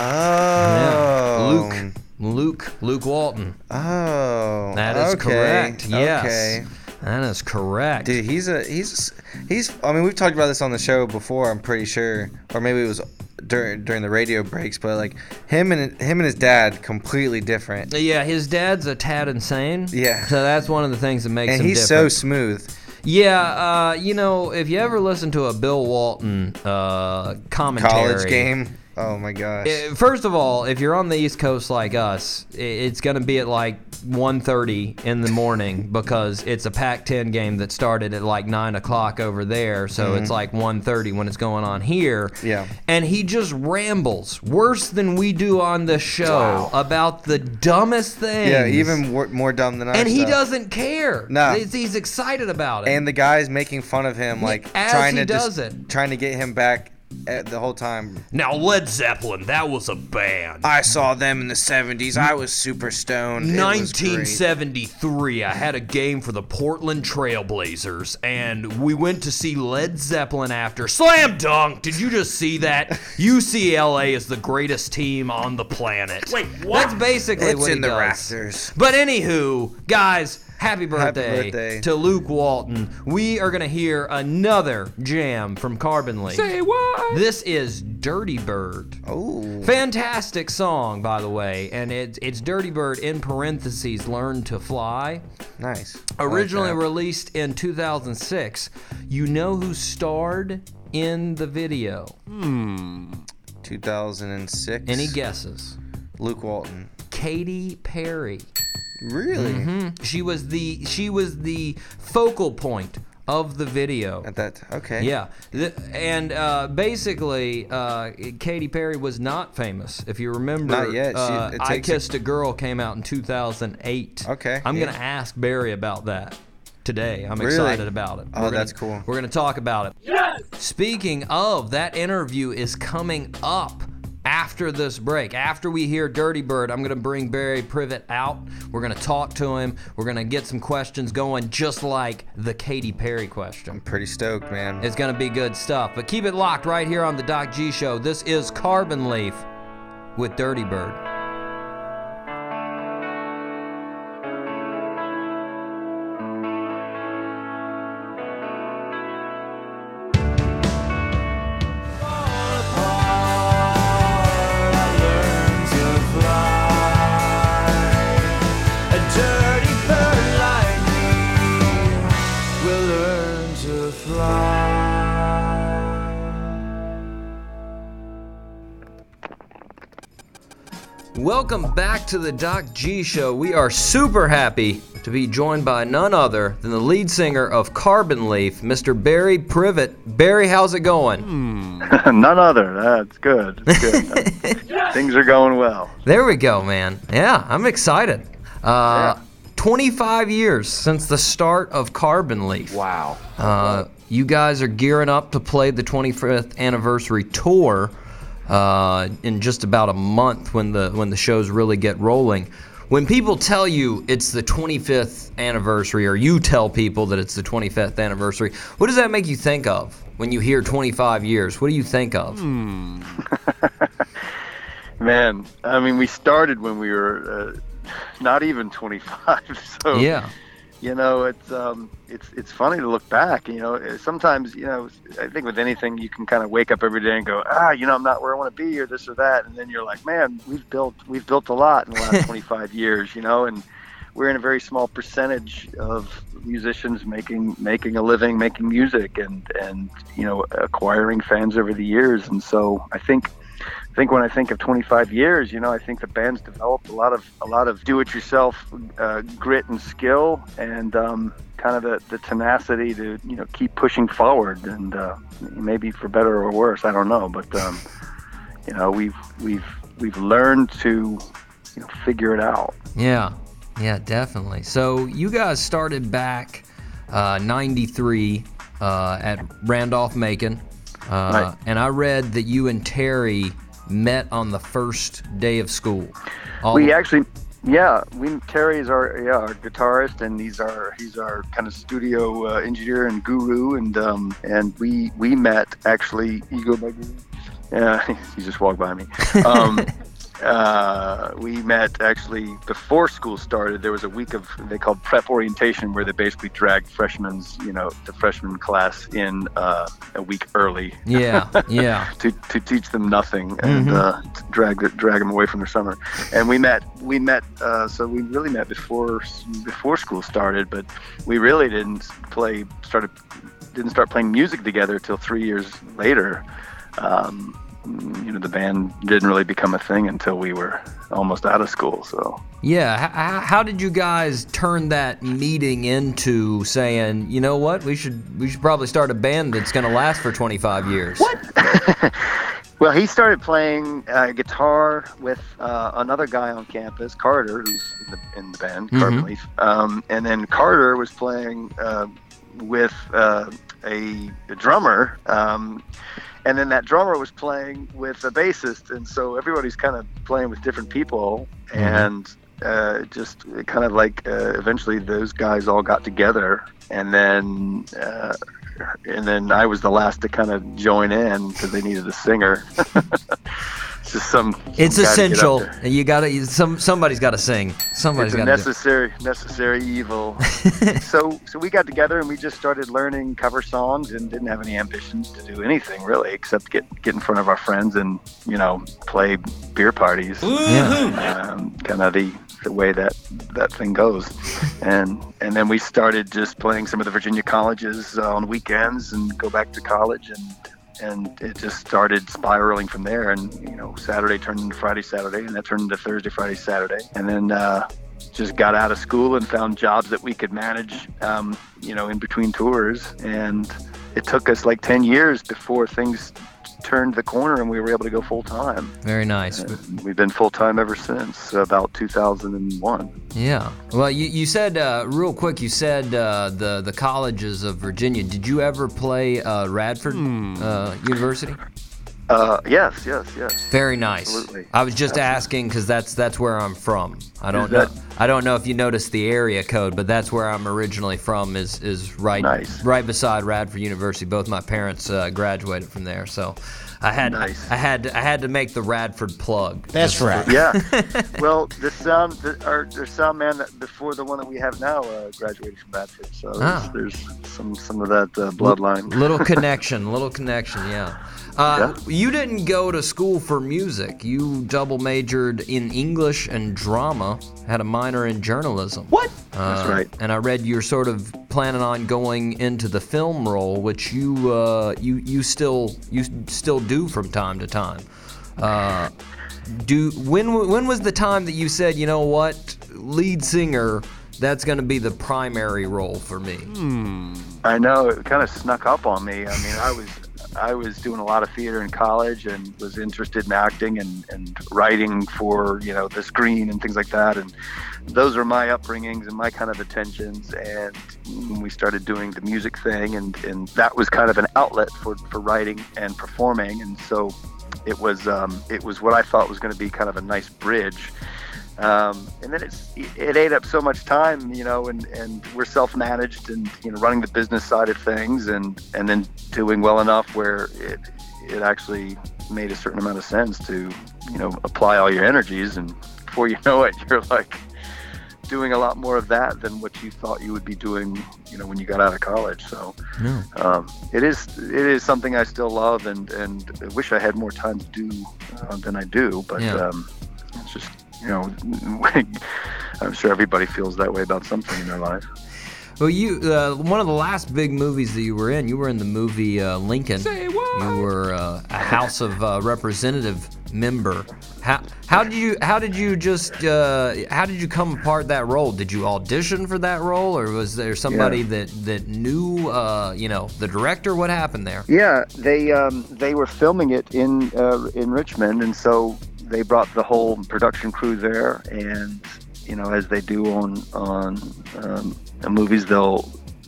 D: Oh.
B: Luke. Luke. Luke Walton.
D: Oh.
B: That is
D: okay,
B: correct. Yes.
D: Okay.
B: That is correct.
D: Dude, he's a he's he's. I mean, we've talked about this on the show before. I'm pretty sure, or maybe it was during during the radio breaks, but like him and him and his dad completely different.
B: Yeah, his dad's a tad insane.
D: Yeah.
B: So that's one of the things that makes
D: And
B: him
D: he's so
B: different.
D: smooth.
B: Yeah, uh, you know, if you ever listen to a Bill Walton uh, commentary,
D: College game. Oh my gosh.
B: Uh, First of all, if you're on the East Coast like us, i- it's going to be at like 1.30 in the morning because it's a Pac-10 game that started at like 9 o'clock over there. So it's like 1.30 when it's going on here.
D: Mm-hmm. Yeah.
B: And he just rambles worse than we do on the show about the dumbest things.
D: yeah, even wor- more dumb than I.
B: And he
D: stuff.
B: doesn't care.
D: No.
B: He's, he's excited about it.
D: And the guy's making fun of him, like
B: As
D: trying
B: he
D: to just-
B: does it.
D: trying to get him back at the whole time.
B: now, Led Zeppelin, that was a band.
D: I saw them in the '70s. I was super stoned. It was great.
B: 1973, I had a game for the Portland Trailblazers, and we went to see Led Zeppelin after. Slam dunk! Did you just see that? UCLA is the greatest team on the planet. Wait, what? That's basically
D: It's
B: what
D: in
B: he
D: the
B: does.
D: rafters.
B: But anywho, guys, happy birthday,
D: birthday.
B: to Luke Walton. We are gonna hear another jam from Carbon League. Say what? This is Dirty Bird.
D: Ooh.
B: Fantastic song, by the way, and it's it's Dirty Bird in parentheses Learn to Fly.
D: Nice. I like
B: Originally
D: that.
B: released in 2006. You know who starred in the video?
D: 2006.
B: Any guesses?
D: Luke Walton. Mm-hmm.
B: Katy Perry.
D: Really?
B: She was the she was the focal point of the video.
D: At that. Okay.
B: Yeah, Th- and uh, basically, uh, Katy Perry was not famous. If you remember,
D: Not yet. She-
B: uh,
D: it
B: "I
D: takes a-
B: Kissed a Girl" came out in 2008.
D: Okay,
B: I'm
D: yeah.
B: gonna ask Barry about that today. I'm
D: Really?
B: excited about it.
D: Oh,
B: gonna-
D: that's cool.
B: We're gonna talk about it. Speaking of, that interview is coming up after this break. After we hear Dirty Bird, I'm going to bring Barry Privet out. We're going to talk to him. We're going to get some questions going, just like the Katy Perry question.
D: Pretty stoked, man.
B: It's going to be good stuff. But keep it locked right here on the Doc G Show. This is Carbon Leaf with Dirty Bird. Welcome back to the Doc G Show. We are super happy to be joined by none other than the lead singer of Carbon Leaf, Mr. Barry Privet. Barry, how's it going?
G: None other. That's good. That's good. Things are going well.
B: There we go, man. Yeah, I'm excited. Uh, 25 years since the start of Carbon Leaf.
G: Wow.
B: Uh, you guys are gearing up to play the 25th anniversary tour uh, in just about a month when the when the shows really get rolling. When people tell you it's the 25th anniversary, or you tell people that it's the 25th anniversary, what does that make you think of when you hear 25 years? What do you think of?
G: Man, I mean, we started when we were uh, not even 25. So,
B: Yeah,
G: you know, it's, um, it's, it's funny to look back. You know, eh, sometimes, you know, I think with anything, you can kind of wake up every day and go, ah, you know, I'm not where I want to be or this or that. And then you're like, man, we've built, we've built a lot in the last 25 years, you know, and we're in a very small percentage of musicians making making a living making music and and you know acquiring fans over the years and so i think i think when i think of 25 years you know i think the band's developed a lot of a lot of do it yourself uh, grit and skill and um, kind of the, the tenacity to you know keep pushing forward and uh, maybe for better or worse i don't know but um, you know we've we've we've learned to you know figure it out
B: yeah, yeah, definitely. So you guys started back uh, 93 uh, at Randolph Macon, uh,
G: Right.
B: and I read that you and Terry met on the first day of school. All-
G: we actually yeah we terry is our yeah our guitarist and he's our he's our kind of studio uh, engineer and guru and um and we we met actually you go by guru yeah he just walked by me um uh, we met actually before school started. There was a week of they called prep orientation, where they basically dragged freshmen's, you know, the freshman class in uh, a week early
B: Yeah, yeah.
G: to, to teach them nothing and uh, to drag the- drag them away from their summer. And we met we met uh, so we really met before before school started, but we really didn't play started didn't start playing music together till three years later. Um, you know, the band didn't really become a thing until we were almost out of school. So
B: Yeah, how, how did you guys turn that meeting into saying, you know what, we should we should probably start a band that's going to last for 25 years? What?
G: Well, he started playing uh, guitar with uh, another guy on campus, Carter, who's in the, in the band, Carter Leaf. Um, and then Carter was playing uh, with uh, a, a drummer. Um, and then that drummer was playing with a bassist. And so everybody's kind of playing with different people. And uh, just kind of like uh, eventually those guys all got together. And then. Uh, and then I was the last to kind of join in because they needed a singer. it's just some. some
B: It's
G: guy to get up
B: essential.
G: there.
B: You got to some somebody's got to sing. Somebody's
G: It's
B: got
G: a
B: to.
G: necessary, necessary evil. so, so we got together and we just started learning cover songs and didn't have any ambitions to do anything really, except get get in front of our friends and you know play beer parties.
B: Yeah.
G: um, kind of the, the way that that thing goes. And and then we started just playing some of the Virginia colleges uh, on weekends and go back to college and and it just started spiraling from there. And you know, Saturday turned into Friday, Saturday, and that turned into Thursday, Friday, Saturday, and then. Uh, just got out of school and found jobs that we could manage, um, you know, in between tours. And it took us like 10 years before things turned the corner and we were able to go full time.
B: Very nice.
G: We've been full time ever since about 2001.
B: Yeah. Well, you, you said uh, real quick. You said uh, the the colleges of Virginia. Did you ever play uh, Radford
G: Hmm.
B: uh, University?
G: Uh, yes, yes, yes.
B: Very nice.
G: Absolutely.
B: I was just asking because that's that's where I'm from. I don't
G: that-
B: know. I don't know if you noticed the area code, but that's where I'm originally from. Is is right
G: Nice.
B: right beside Radford University. Both my parents uh, graduated from there, so I had
G: Nice.
B: I had I had to make the Radford plug.
I: That's right.
G: Yeah. well, the sound, the, our, the sound man that before the one that we have now uh, graduated from Radford, so
B: Ah.
G: there's, there's some some of that uh, bloodline.
B: little connection, little connection, yeah. Uh, You didn't go to school for music. You double majored in English and drama, had a minor in journalism. What?
G: That's right.
B: And I read you're sort of planning on going into the film role, which you uh, you you still you still do from time to time. Uh, do when w- when was the time that you said, you know what, lead singer, that's going to be the primary role for me?
G: I know it kind of snuck up on me. I mean, I was I was doing a lot of theater in college and was interested in acting and, and writing for you know the screen and things like that. And those were my upbringings and my kind of attentions. And we started doing the music thing, and, and that was kind of an outlet for, for writing and performing. And so it was um, it was what I thought was going to be kind of a nice bridge um, and then it's it ate up so much time you know and and we're self-managed and you know running the business side of things and and then doing well enough where it it actually made a certain amount of sense to you know apply all your energies and before you know it you're like doing a lot more of that than what you thought you would be doing you know when you got out of college so um, it is it is something I still love and and I wish I had more time to do uh, than I do but
B: Yeah.
G: um, it's just you know I'm sure everybody feels that way about something in their life
B: Well, you uh, one of the last big movies that you were in. You were in the movie uh, Lincoln. You were uh, a House of uh, Representative member. How how did you how did you just uh, how did you come apart that role? Did you audition for that role, or was there somebody that that knew uh, you know the director? What happened there?
G: Yeah, they um, they were filming it in uh, in Richmond, and so they brought the whole production crew there. And you know, as they do on on um, uh, movies, they'll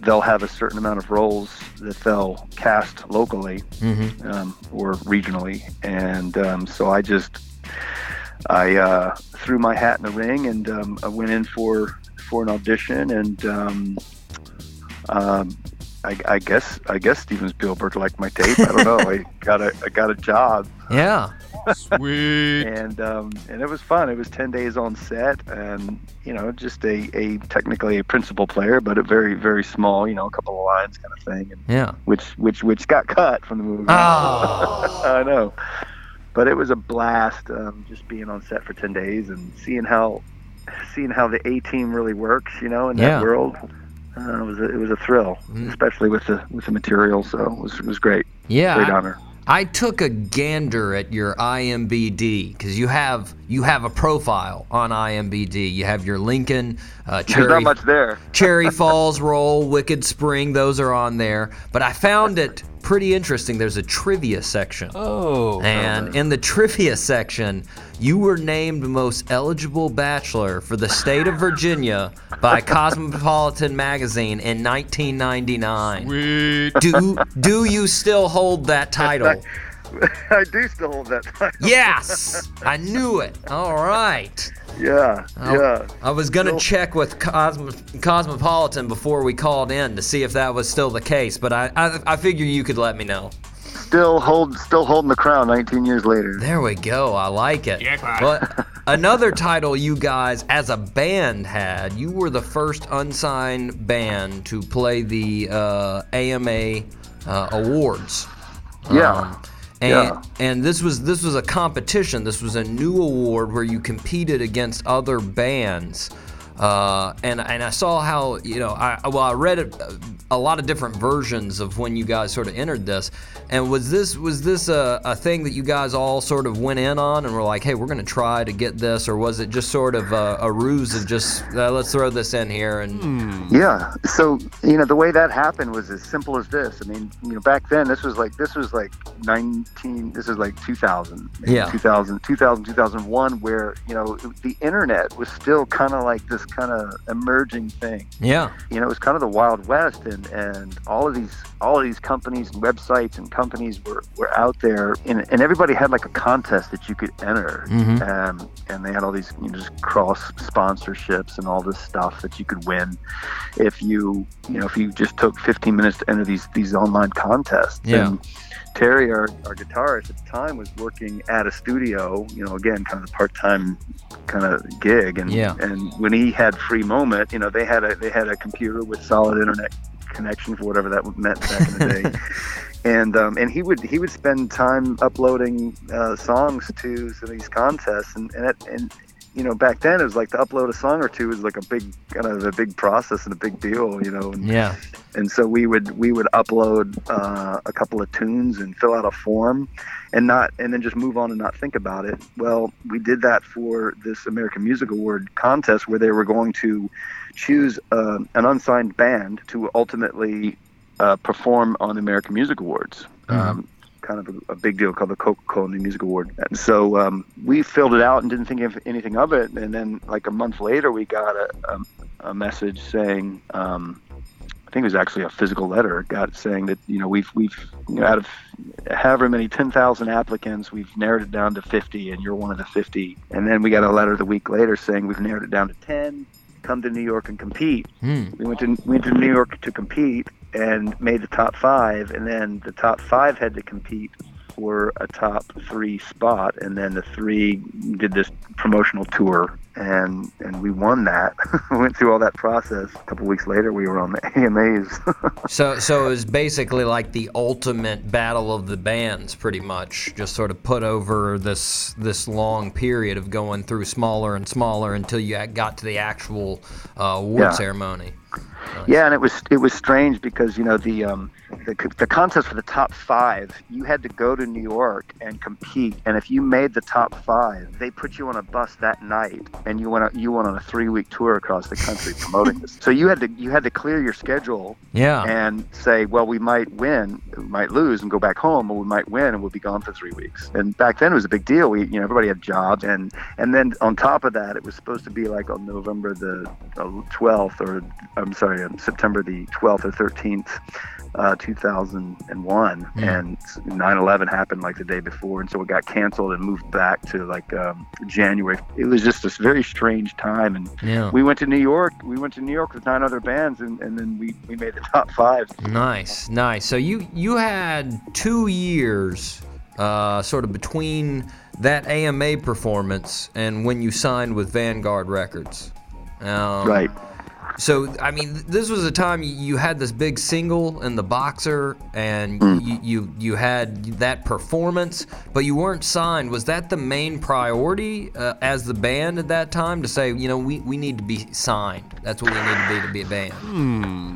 G: they'll have a certain amount of roles that they'll cast locally um, or regionally. And um, so I just I uh, threw my hat in the ring and um, I went in for for an audition and. Um, um, I, I guess I guess Steven Spielberg liked my tape. I don't know. I got a I got a job
B: Yeah,
I: Sweet.
G: and um, and it was fun. It was ten days on set, and you know, just a, a technically a principal player, but a very very small, you know, a couple of lines kind of thing, and
B: Yeah.
G: which which which got cut from the movie.
B: Ah.
G: I know, but it was a blast um, just being on set for ten days and seeing how seeing how the A team really works, you know, in
B: Yeah. Mm-hmm.
G: that world. Uh, it was a, it was a thrill, especially with the with the material. So it was it was great,
B: Yeah.
G: great
B: I-
G: honor.
B: I took a gander at your IMBD because you have you have a profile on IMBD. You have your Lincoln, uh,
G: There's
B: Cherry,
G: not much there.
B: Cherry Falls Roll, Wicked Spring. Those are on there. But I found it pretty interesting. There's a trivia section.
I: Oh.
B: And in the trivia section, you were named most eligible bachelor for the state of Virginia by Cosmopolitan magazine in 1999.
I: Sweet.
B: Do do you still hold that title?
G: I do still hold that title.
B: Yes, I knew it. All right.
G: Yeah,
B: Oh.
G: yeah.
B: I was gonna check with Cosmo, Cosmopolitan before we called in to see if that was still the case, but I, I I figure you could let me know.
G: Still hold, still holding the crown. 19 years later.
B: There we go. I like it. But another title you guys, as a band, had you were the first unsigned band to play the uh, AMA uh, awards.
G: Yeah.
B: Um, and,
G: Yeah.
B: and this was this was a competition. This was a new award where you competed against other bands. Uh, and and I saw how you know I well I read a, a lot of different versions of when you guys sort of entered this. And was this was this a, a thing that you guys all sort of went in on and were like, hey, we're gonna try to get this, or was it just sort of a, a ruse of just uh, let's throw this in here and
G: Yeah. So you know the way that happened was as simple as this. I mean, you know, back then this was like this was like 19. This is like 2000. maybe
B: Yeah.
G: 2000, 2000, 2001, where you know the internet was still kind of like this kind of emerging thing.
B: yeah
G: you know, it was kind of the wild west, and, and all of these all of these companies and websites and companies were, were out there, and, and everybody had like a contest that you could enter,
B: Mm-hmm.
G: um, and they had all these you know, just cross sponsorships and all this stuff that you could win if you you know if you just took 15 minutes to enter these these online contests.
B: Yeah.
G: And Terry, our, our guitarist at the time, was working at a studio, you know, again, kind of a part time kind of gig and
B: Yeah.
G: and when he had free moment you know they had a they had a computer with solid internet connection for whatever that meant back in the day and um, and he would he would spend time uploading uh, songs to some of these contests and and, it, and you know back then it was like to upload a song or two was like a big kind of a big process and a big deal you know and,
B: yeah
G: and so we would we would upload uh, a couple of tunes and fill out a form and not and then just move on and not think about it well we did that for this american music award contest where they were going to choose uh, an unsigned band to ultimately uh, perform on the american music awards um, kind of a, a big deal called the coca-cola new music award and so um, we filled it out and didn't think of anything of it and then like a month later we got a, a, a message saying um, I think it was actually a physical letter got saying that you know we've we've you know, out of however many ten thousand applicants we've narrowed it down to fifty and you're one of the fifty and then we got a letter the week later saying we've narrowed it down to ten come to New York and compete
B: Hmm.
G: we went to we went to New York to compete and made the top five and then the top five had to compete for a top three spot and then the three did this promotional tour and and we won that we went through all that process a couple weeks later we were on the amas
B: So, so it was basically like the ultimate battle of the bands, pretty much. Just sort of put over this this long period of going through smaller and smaller until you ac- got to the actual uh, award
G: Yeah.
B: ceremony.
G: Yeah, and it was it was strange because you know the um, the, c- the contest for the top five, you had to go to New York and compete, and if you made the top five, they put you on a bus that night, and you went on- you went on a three week tour across the country promoting this. So you had to you had to clear your schedule
B: Yeah.
G: and say, well, we might win, we might lose, and go back home, or we might win, and we'll be gone for three weeks. And back then, it was a big deal. We, you know, everybody had jobs, and and then on top of that, it was supposed to be like on November the uh, twelfth, or I'm sorry, on September the twelfth or thirteenth. Uh, 2001 and 9-11 happened like the day before and so it got canceled and moved back to like um, january it was just this very strange time and
B: Yeah.
G: we went to New York. We went to New York with nine other bands, and, and then we, we made the top five.
B: Nice, nice. So you you had two years, uh, sort of between that AMA performance and when you signed with Vanguard Records. Um,
G: Right.
B: So I mean, th- this was a time you- you had this big single and the boxer, and you, you you had that performance, but you weren't signed. Was that the main priority uh, as the band at that time to say, you know, we, we need to be signed. That's what we need to be to be a band.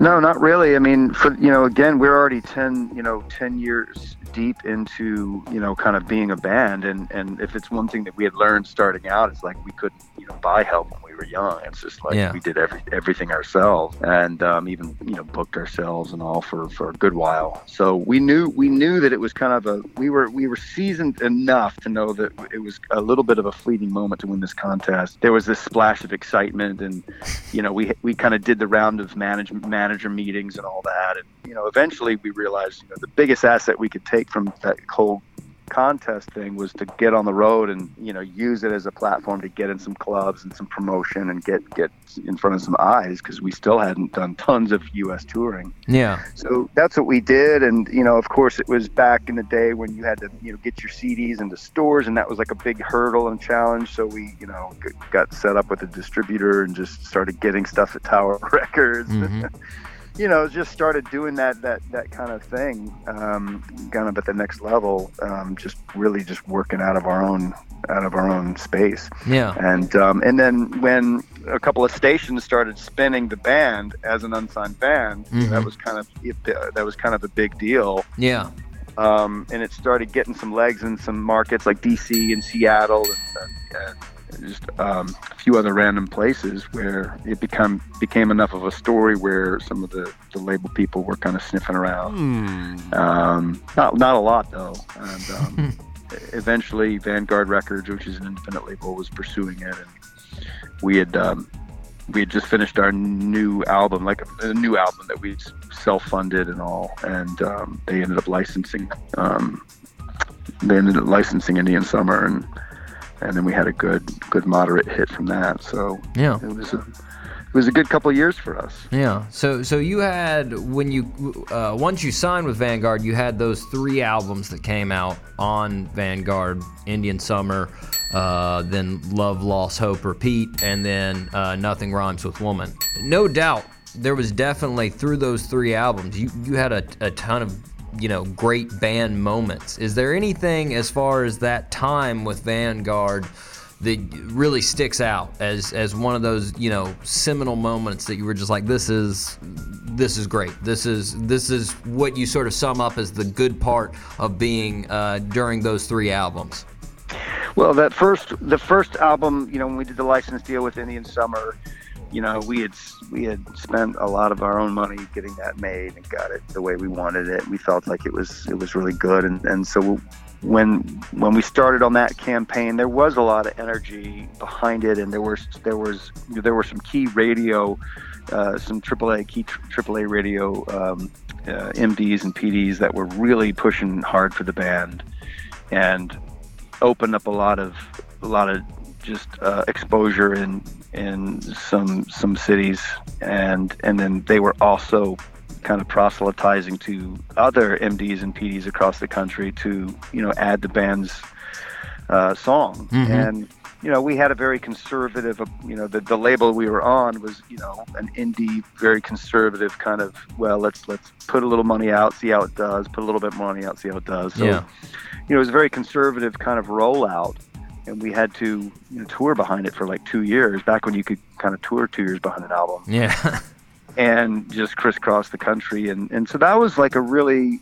G: No, not really. I mean, for you know, again, we're already ten, you know, ten years deep into you know, kind of being a band, and and if it's one thing that we had learned starting out, it's like we couldn't you know buy help when we were young. It's just like
B: Yeah.
G: we did every everything ourselves, and um, even you know booked ourselves and all for for a good while. So we knew we knew that it was kind of a we were we were seasoned enough to know that it was a little bit of a fleeting moment to win this contest. There was this splash of excitement and you know, we we kind of did the round of manage, manager meetings and all that, and you know, eventually we realized you know the biggest asset we could take from that whole contest thing was to get on the road and you know use it as a platform to get in some clubs and some promotion and get get in front of some eyes because we still hadn't done tons of U.S. touring.
B: Yeah.
G: So that's what we did, and you know, of course, it was back in the day when you had to, you know, get your CDs into stores, and that was like a big hurdle and challenge. So we, you know, g- got set up with a distributor and just started getting stuff at Tower Records.
B: Hmm. Mm-hmm.
G: you know, just started doing that that that kind of thing, um, kind of at the next level. Um, just really just working out of our own out of our own space.
B: Yeah.
G: And um, and then when a couple of stations started spinning the band as an unsigned band, that was kind of uh, that was kind of a big deal.
B: Yeah.
G: Um, and it started getting some legs in some markets like DC and Seattle and, and just um, a few other random places where it become became enough of a story where some of the, the label people were kind of sniffing around. Um, not not a lot though. And um, eventually, Vanguard Records, which is an independent label, was pursuing it, and we had um, we had just finished our new album, like a, a new album that we self funded and all, and um, they ended up licensing. Um, they ended up licensing Indian Summer, and and then we had a good good moderate hit from that. So
B: Yeah.
G: it was a it was a good couple of years for us.
B: Yeah. So so you had when you uh, once you signed with Vanguard, you had those three albums that came out on Vanguard: Indian Summer, uh, then Love, Loss, Hope, Repeat, and then uh, Nothing Rhymes with Woman. No doubt, there was definitely through those three albums, you you had a, a ton of you know great band moments. Is there anything as far as that time with Vanguard? that really sticks out as as one of those you know seminal moments that you were just like this is this is great this is this is what you sort of sum up as the good part of being uh, during those three albums
G: Well, that first the first album, you know, when we did the license deal with Indian Summer, you know, we had we had spent a lot of our own money getting that made and got it the way we wanted it. We felt like it was it was really good, and and so when when we started on that campaign, there was a lot of energy behind it, and there was there was there were some key radio, uh, some AAA key AAA radio um, uh, MDs and PDs that were really pushing hard for the band, and opened up a lot of a lot of just uh, exposure in in some some cities and and then they were also kind of proselytizing to other MDs and PDs across the country to you know add the band's uh, song and you know we had a very conservative uh, you know the, the label we were on was you know an indie very conservative kind of well let's let's put a little money out see how it does put a little bit more money out see how it does so
B: Yeah.
G: you know, it was a very conservative kind of rollout, and we had to you know, tour behind it for like two years. Back when you could kind of tour two years behind an album,
B: yeah
G: and just crisscross the country, and and so that was like a really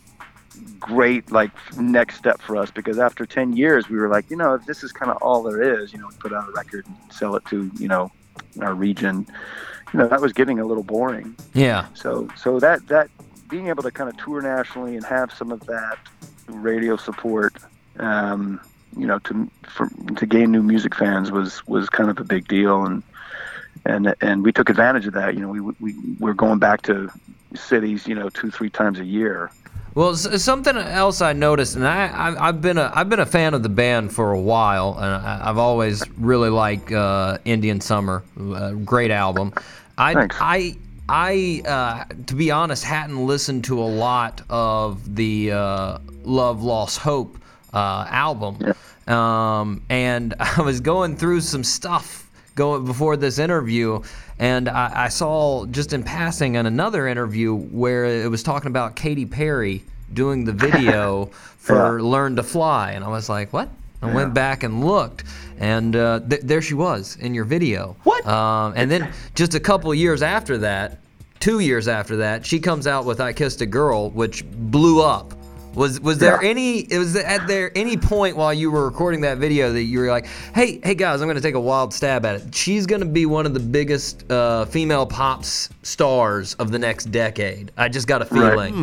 G: great like next step for us because after 10 years we were like you know if this is kind of all there is you know put out a record and sell it to you know our region you know that was getting a little boring
B: yeah
G: so so that that being able to kind of tour nationally and have some of that radio support, um, you know, to for, to gain new music fans was was kind of a big deal, and and and we took advantage of that. You know, we we we're going back to cities, you know, two three times a year.
B: Well, s- something else I noticed, and I, I, I've been a I've been a fan of the band for a while, and I, I've always really liked uh, Indian Summer, uh, great album. I
G: Thanks.
B: I I uh, to be honest, hadn't listened to a lot of the uh, Love Lost Hope uh, album, um, and I was going through some stuff going before this interview, and I, I saw just in passing on another interview where it was talking about Katy Perry doing the video for "Learn to Fly," and I was like, "What?" I went back and looked, and uh, th- there she was in your video. What? Um, and then just a couple years after that, two years after that, she comes out with "I Kissed a Girl," which blew up. Was was there any? It was at there any point while you were recording that video that you were like, "Hey, hey guys, I'm going to take a wild stab at it. She's going to be one of the biggest uh, female pop s- stars of the next decade. I just got a feeling."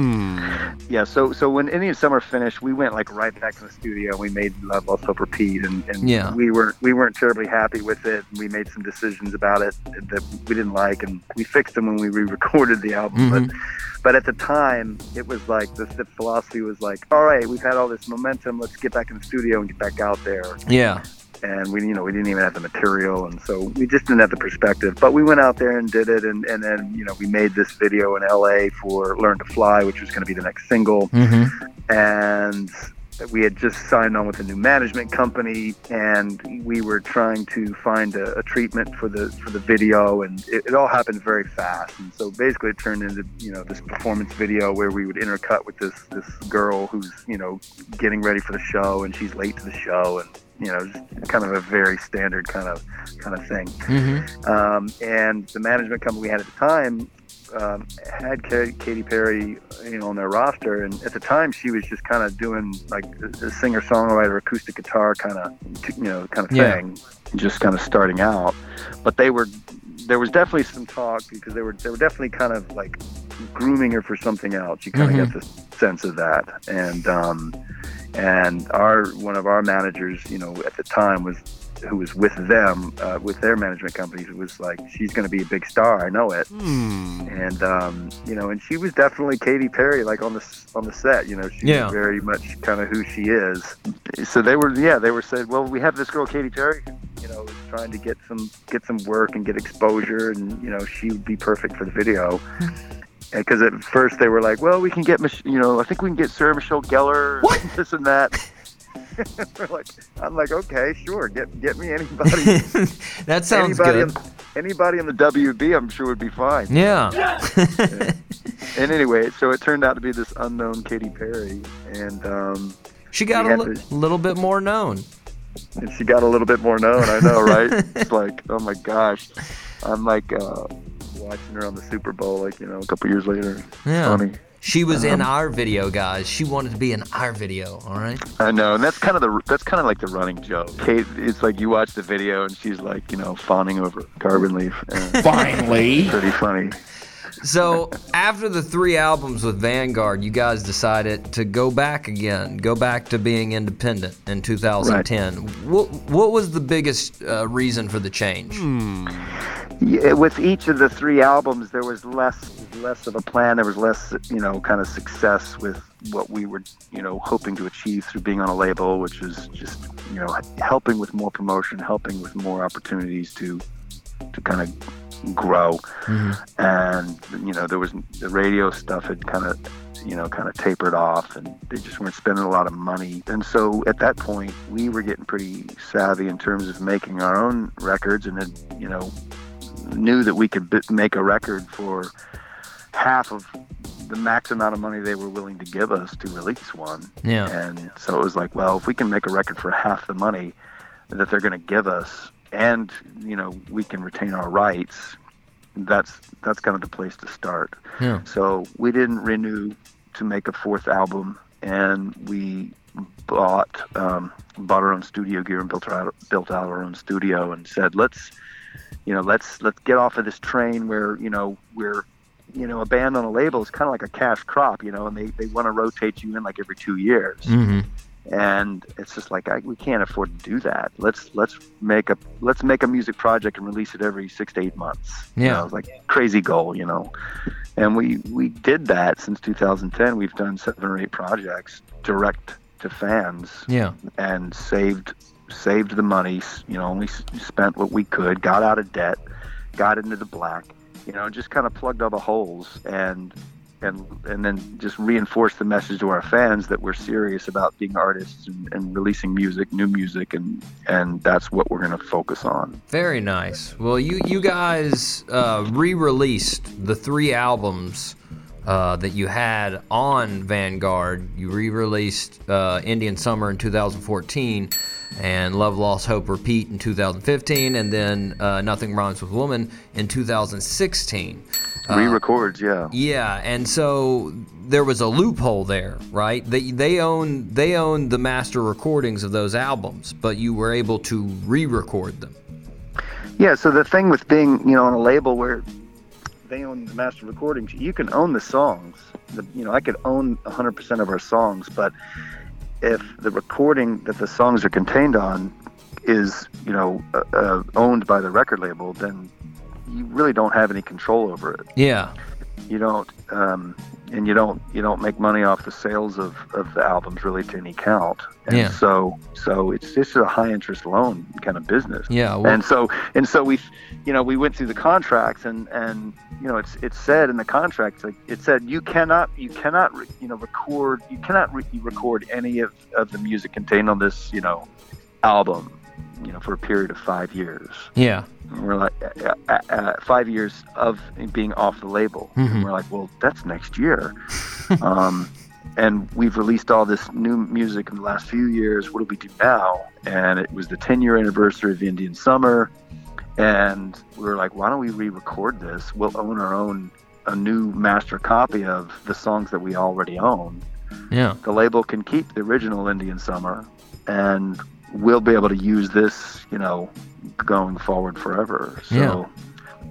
G: Yeah, so so when Indian Summer finished, we went like right back to the studio and we made Love Love Hope Repeat and, and
B: Yeah.
G: we were we weren't terribly happy with it. We made some decisions about it that we didn't like and we fixed them when we re-recorded the album. But but at the time, it was like the, the philosophy was like, all right, we've had all this momentum. Let's get back in the studio and get back out there.
B: Yeah.
G: And we you know we didn't even have the material and so we just didn't have the perspective. But we went out there and did it and and then you know we made this video in L.A. for Learn to Fly, which was going to be the next single
B: Mm-hmm.
G: and we had just signed on with a new management company and we were trying to find a, a treatment for the for the video and it, it all happened very fast and so basically it turned into you know this performance video where we would intercut with this this girl who's you know getting ready for the show and she's late to the show and you know just kind of a very standard kind of kind of thing
B: Mm-hmm.
G: um, and the management company we had at the time um, had Ka- Katy Perry, you know, on their roster, and at the time she was just kind of doing like a a singer-songwriter, acoustic guitar kind of, you know, kind of
B: Yeah.
G: thing, just kind of starting out. But they were, there was definitely some talk because they were, they were definitely kind of like grooming her for something else. You kind of get the sense of that, and um, and our one of our managers, you know, at the time was who was with them, uh, with their management companies, was like, she's going to be a big star. I know it. And um, you know, and she was definitely Katy Perry, like on the s- on the set. You know, she
B: Yeah.
G: was very much kind of who she is. So they were, yeah, they were said, well, we have this girl Katy Perry, who, you know, is trying to get some get some work and get exposure, and you know, she would be perfect for the video. Because at first they were like, well, we can get, Mich- you know, I think we can get Sarah Michelle Gellar, this and that. We're like, I'm like, okay, sure, get get me anybody,
B: that sounds
G: anybody,
B: good.
G: on- anybody in the WB, I'm sure would be fine.
B: yeah.
G: And anyway, so it turned out to be this unknown Katy Perry, and um,
B: She got
G: We
B: a
G: had
B: li-
G: to-
B: little bit more known.
G: and she got a little bit more known. I know, right? it's like, oh my gosh, I'm like uh, watching her on the Super Bowl, like you know, a couple years later.
B: Yeah.
G: Funny. Um,
B: She was in our video, guys. She wanted to be in our video, all right?
G: I know, and that's kind of the that's kind of like the running joke. Kate, it's like you watch the video, and she's like, you know, fawning over carbon leaf. Uh,
E: Finally.
G: pretty funny.
B: So, after the three albums with Vanguard, you guys decided to go back again, go back to being independent in 2010. What, what was the biggest uh, reason for the change?
G: Hmm. Yeah, with each of the three albums, there was less less of a plan. There was less, you know, kind of success with what we were, you know, hoping to achieve through being on a label, which is just, you know, helping with more promotion, helping with more opportunities to to kind of grow. And you know, there was the radio stuff had kind of, you know, kind of tapered off, and they just weren't spending a lot of money. And so at that point, we were getting pretty savvy in terms of making our own records, and then, you know knew that we could b- make a record for half of the max amount of money they were willing to give us to release one.
B: Yeah.
G: And so it was like, well, if we can make a record for half the money that they're going to give us, and you know, we can retain our rights, that's that's kind of the place to start.
B: Yeah.
G: So we didn't renew to make a fourth album, and we bought um, bought our own studio gear and built our built out our own studio and said, let's you know, let's let's get off of this train where you know we're you know a band on a label is kind of like a cash crop, you know, and they they want to rotate you in like every two years
B: Mm-hmm.
G: and it's just like I, we can't afford to do that. Let's let's make a let's make a music project and release it every six to eight months. You
B: Yeah.
G: know, like crazy goal, you know. And we we did that since 2010. We've done seven or eight projects direct to fans
B: Yeah.
G: and saved saved the money. s- You know, only s- spent what we could, got out of debt, got into the black. You know, just kind of plugged all the holes and and and then just reinforce the message to our fans that we're serious about being artists and, and releasing music, new music, and and that's what we're going to focus on.
B: Very nice. Well, you you guys uh, re-released the three albums uh, that you had on Vanguard. You re-released uh, Indian Summer in 2014, and Love, Lost, Hope, Repeat in 2015, and then uh, Nothing Rhymes with Woman in 2016.
G: Re-records, yeah.
B: Yeah, and so there was a loophole there, right? They they own they own the master recordings of those albums, but you were able to re-record them.
G: Yeah, so the thing with being, you know, on a label where they own the master recordings, you can own the songs. The, you know, I could own 100% of our songs, but if the recording that the songs are contained on is, you know, uh, uh, owned by the record label, then you really don't have any control over it.
B: Yeah,
G: You don't, um, and you don't, you don't make money off the sales of, of the albums really to any count. And
B: Yeah.
G: so, so it's just a high interest loan kind of business
B: yeah. Well,
G: and so and so we you know we went through the contracts and and you know it's it said in the contract like it said you cannot you cannot re, you know record you cannot re- record any of, of the music contained on this you know album you know for a period of five years
B: yeah.
G: and we're like uh, uh, uh, five years of being off the label
B: Mhm.
G: and we're like well that's next year um, and we've released all this new music in the last few years what do we do now and it was the 10 year anniversary of indian summer and we were like why don't we re-record this we'll own our own a new master copy of the songs that we already own
B: Yeah.
G: the label can keep the original Indian Summer, and we'll be able to use this, you know, going forward forever. So
B: Yeah.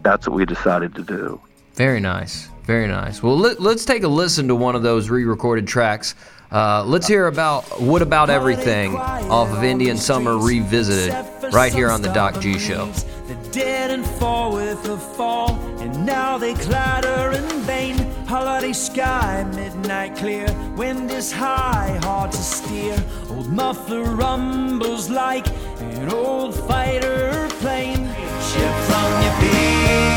G: that's what we decided to do.
B: Very nice. Very nice. Well, let, let's take a listen to one of those re recorded tracks. Uh, let's hear about What About Everything off of Indian Summer Revisited right here on the Doc G Show.
I: They dead and fall with the fall, and now they clatter in vain. Holiday sky, midnight clear, wind is high, hard to steer. Old muffler rumbles like an old fighter plane. Shift from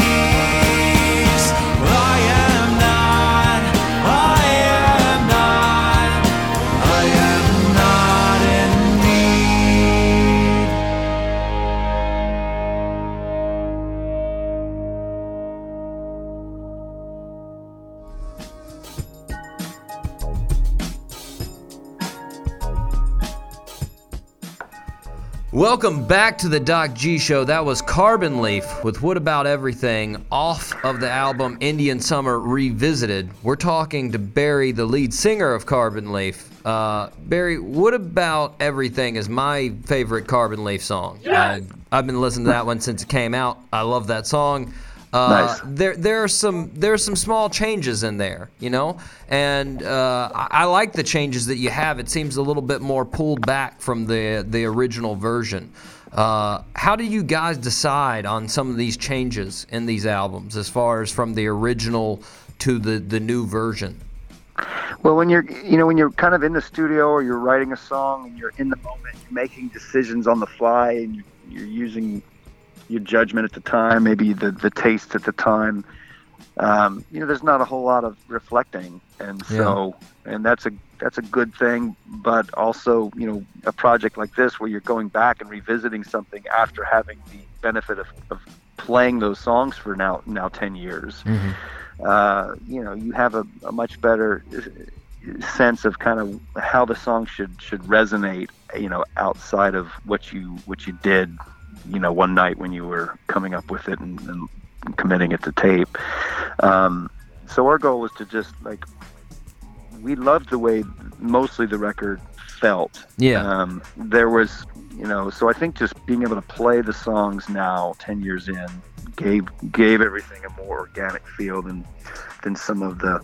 I: your peace. Well, I am not, I am not, I am not in need.
B: Welcome back to the Doc G Show. That was Carbon Leaf with What About Everything off of the album Indian Summer Revisited. We're talking to Barry, the lead singer of Carbon Leaf. Uh, Barry, What About Everything is my favorite Carbon Leaf song. I, I've been listening to that one since it came out. I love that song. Uh,
G: Nice.
B: There, there are some there are some small changes in there, you know, and uh, I, I like the changes that you have. It seems a little bit more pulled back from the the original version. Uh, how do you guys decide on some of these changes in these albums, as far as from the original to the the new version?
G: Well, when you're, you know, when you're kind of in the studio or you're writing a song and you're in the moment, you're making decisions on the fly and you're, you're using your judgment at the time, maybe the, the taste at the time. Um, you know, there's not a whole lot of reflecting, and so, and that's a that's a good thing. But also, you know, a project like this where you're going back and revisiting something after having the benefit of, of playing those songs for now now ten years uh, you know, you have a, a much better sense of kind of how the song should should resonate, you know, outside of what you what you did, you know, one night when you were coming up with it and, and committing it to tape. Um, so our goal was to just like we loved the way mostly the record felt.
B: Yeah.
G: Um, there was, you know, so I think just being able to play the songs now, ten years in, gave gave everything a more organic feel than than some of the,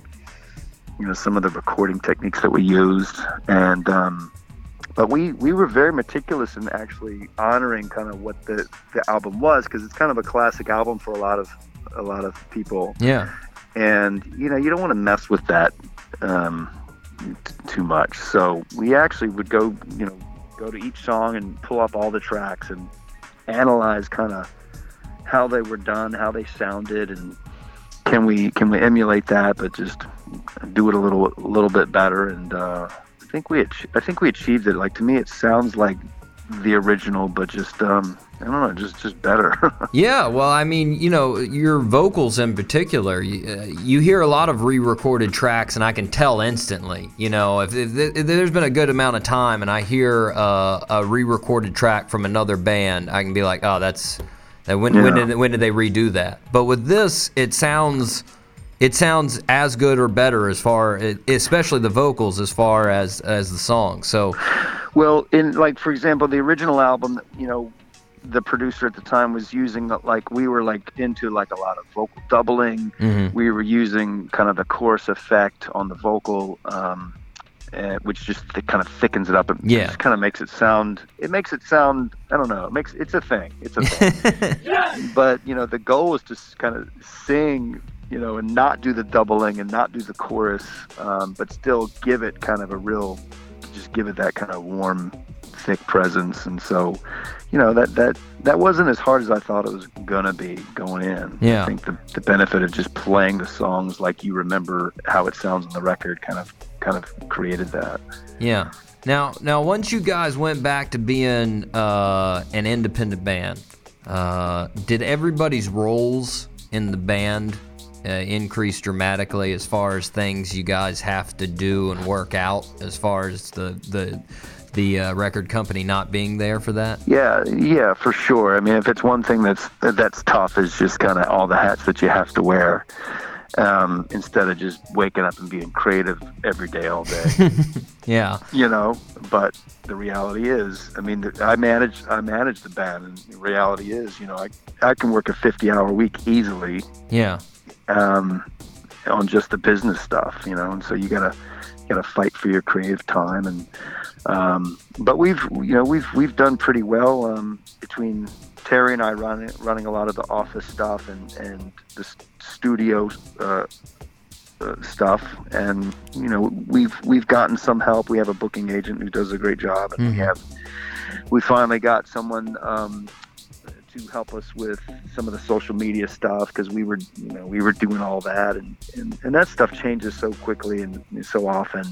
G: you know, some of the recording techniques that we used. And um, but we we were very meticulous in actually honoring kind of what the the album was because it's kind of a classic album for a lot of a lot of people
B: Yeah,
G: and you know you don't want to mess with that um, t- too much. So we actually would go, you know, go to each song and pull up all the tracks and analyze kind of how they were done, how they sounded, and can we can we emulate that, but just do it a little a little bit better. And uh, I think we ach- I think we achieved it. Like to me, it sounds like the original, but just um, I don't know, just just better.
B: Yeah, well, I mean, you know, your vocals in particular, you, uh, you hear a lot of re recorded tracks, and I can tell instantly. You know, if, if, th- if there's been a good amount of time and I hear uh, a re recorded track from another band, I can be like, oh, that's. That when, when,
G: Yeah.
B: did, when did they redo that? But with this, it sounds. It sounds as good or better as far, especially the vocals, as far as as the song. So,
G: Well, in like for example, the original album, you know, the producer at the time was using like we were like into like a lot of vocal doubling. We were using kind of the chorus effect on the vocal, um, uh, which just th- kind of thickens it up. It
B: Yeah.
G: just kind of makes it sound. It makes it sound. I don't know. It makes it's a thing. It's a thing. but you know, the goal is to kind of sing. You know, and not do the doubling and not do the chorus, um, but still give it kind of a real just give it that kind of warm, thick presence. And so, you know, that that that wasn't as hard as I thought it was gonna be going in.
B: Yeah.
G: I think the, the benefit of just playing the songs like you remember how it sounds on the record kind of kind of created that.
B: Yeah. Now, now, once you guys went back to being uh, an independent band, uh, did everybody's roles in the band uh, increase dramatically as far as things you guys have to do and work out, as far as the the the uh, record company not being there for that?
G: Yeah, yeah, for sure. I mean, if it's one thing that's that's tough is just kind of all the hats that you have to wear um, instead of just waking up and being creative every day all day.
B: Yeah.
G: you know but the reality is i mean i manage i manage the band and the reality is you know i, I can work a 50 hour week easily
B: Yeah.
G: um, on just the business stuff you know and so you gotta gotta fight for your creative time and um, but we've you know we've we've done pretty well um, between terry and i running running a lot of the office stuff and and the s- studio uh, uh, stuff and you know we've we've gotten some help we have a booking agent who does a great job and we have we finally got someone um, to help us with some of the social media stuff because we were you know we were doing all that and, and and that stuff changes so quickly and so often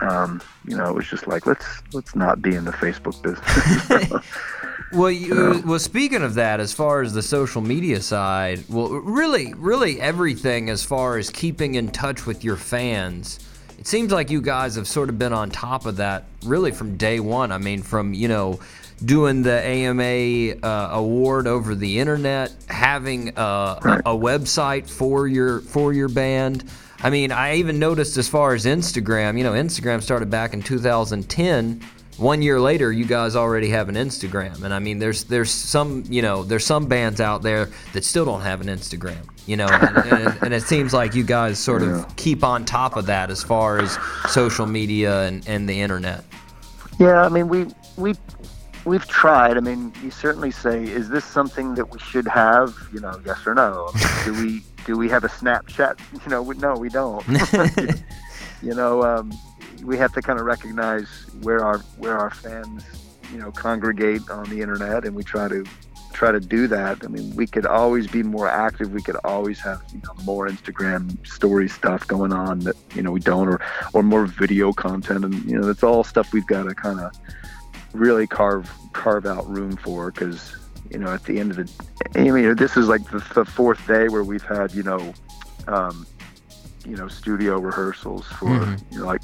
G: um, you know it was just like let's let's not be in the facebook business
B: Well, you, well, speaking of that, as far as the social media side, well, really, really everything as far as keeping in touch with your fans, it seems like you guys have sort of been on top of that really from day one. I mean, from, you know, doing the AMA uh, award over the internet, having uh, a, a website for your for your band. I mean, I even noticed as far as Instagram, you know, Instagram started back in 2010 one year later you guys already have an instagram and i mean there's there's some you know there's some bands out there that still don't have an instagram you know and, and, and it seems like you guys sort of keep on top of that as far as social media and, and the internet
G: Yeah, I mean, we we we've tried. I mean, you certainly say, is this something that we should have? You know, yes or no. do we do we have a Snapchat? You know, we, no, we don't. you know, um, we have to kind of recognize where our where our fans, you know, congregate on the internet, and we try to try to do that. I mean, we could always be more active. We could always have you know, more Instagram story stuff going on that you know we don't, or or more video content, and you know that's all stuff we've got to kind of really carve carve out room for because you know at the end of the, I mean this is like the, the fourth day where we've had you know. Um, you know, studio rehearsals for you know, like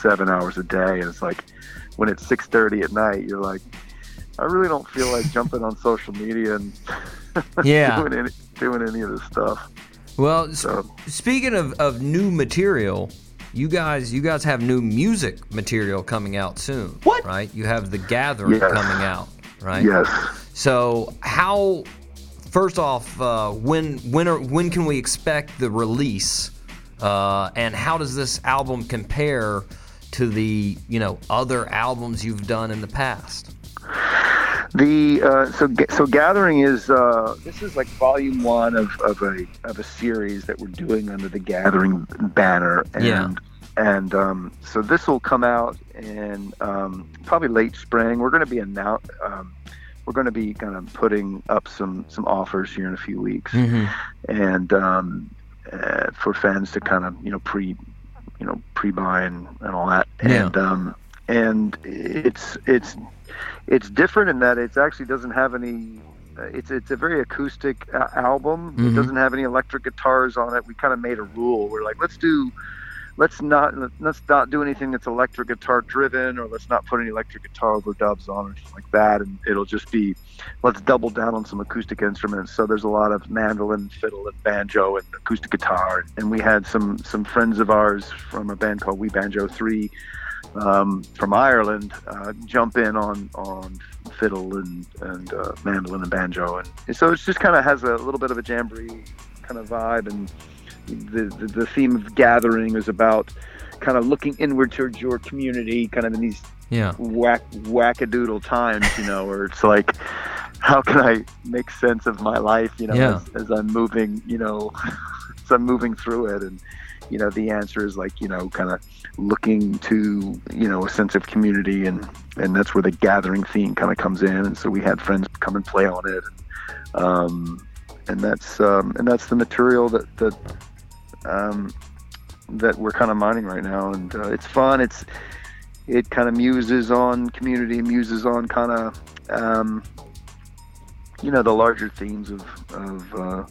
G: seven hours a day, and it's like when it's six thirty at night, you're like, I really don't feel like jumping on social media and
B: yeah
G: doing any doing any of this stuff.
B: well s-
G: So
B: speaking of, of new material you guys you guys have new music material coming out soon what right you have the gathering
G: Yes.
B: coming out right
G: yes,
B: So how? First off, uh, when when are, when can we expect the release? Uh, and how does this album compare to the you know other albums you've done in the past?
G: the uh, so Ga- so gathering is uh, this is like volume one of, of a of a series that we're doing under the gathering banner and.
B: Yeah.
G: And um, so this will come out in um, probably late spring. We're going to be annou- um, we're going to be kind of putting up some some offers here in a
B: Hmm.
G: few weeks. and um, uh, for fans to kind of you know pre you know pre-buy and, and all that
B: Yeah.
G: and um and it's it's it's different in that it actually doesn't have any uh, it's it's a very acoustic uh, album it doesn't have any electric guitars on it we kind of made a rule we're like let's do let's not let's not do anything that's electric guitar driven or let's not put any electric guitar overdubs on or anything like that and it'll just be let's double down on some acoustic instruments so there's a lot of mandolin fiddle and banjo and acoustic guitar and we had some some friends of ours from a band called we banjo 3 um, from Ireland uh, jump in on on fiddle and and uh, mandolin and banjo, and so it just kind of has a little bit of a jamboree kind of vibe, and the the, the theme of gathering is about kind of looking inward towards your community, kind of in these
B: Yeah.
G: whack wackadoodle times, you know, where it's like, how can I make sense of my life, you know,
B: Yeah.
G: as, as I'm moving, you know, as I'm moving through it, and you know, the answer is like, you know, kind of looking to, you know, a sense of community, and and that's where the gathering theme kind of comes in, and so we had friends come and play on it, um, and that's um, and that's the material that that. Um, that we're kind of mining right now, and uh, it's fun. It's it kind of muses on community, muses on kind of, um, you know, the larger themes of, of uh,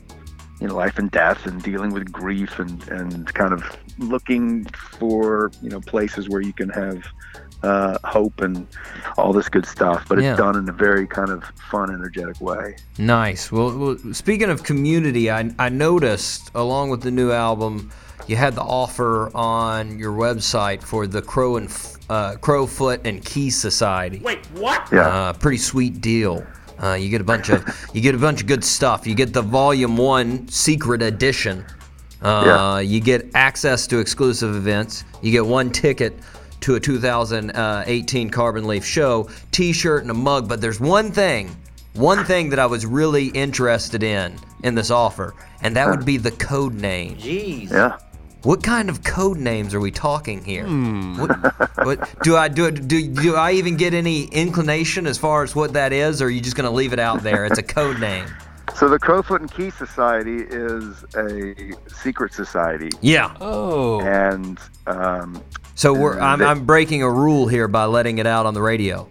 G: you know, life and death and dealing with grief and, and kind of looking for, you know, places where you can have uh, hope and all this good stuff. But
B: Yeah.
G: it's done in a very kind of fun, energetic way.
B: Nice. Well, well speaking of community, I, I noticed along with the new album, you had the offer on your website for the Crow and F- uh, Crowfoot and Key Society.
G: Yeah.
B: Uh, pretty sweet deal. Uh, you get a bunch of you get a bunch of good stuff. You get the Volume One Secret Edition. Uh,
G: Yeah.
B: You get access to exclusive events. You get one ticket to a 2018 Carbon Leaf show, T-shirt and a mug. But there's one thing, one thing that I was really interested in in this offer, and that would be the code name.
G: yeah.
B: What kind of code names are we talking here? What, what, do I do, it- do do I even get any inclination as far as what that is, or are you just gonna leave it out there? It's a code name.
G: So the Crowfoot and Key Society is a secret society.
B: Yeah.
G: And um,
B: So we're I'm, I'm breaking a rule here by letting it out on the radio.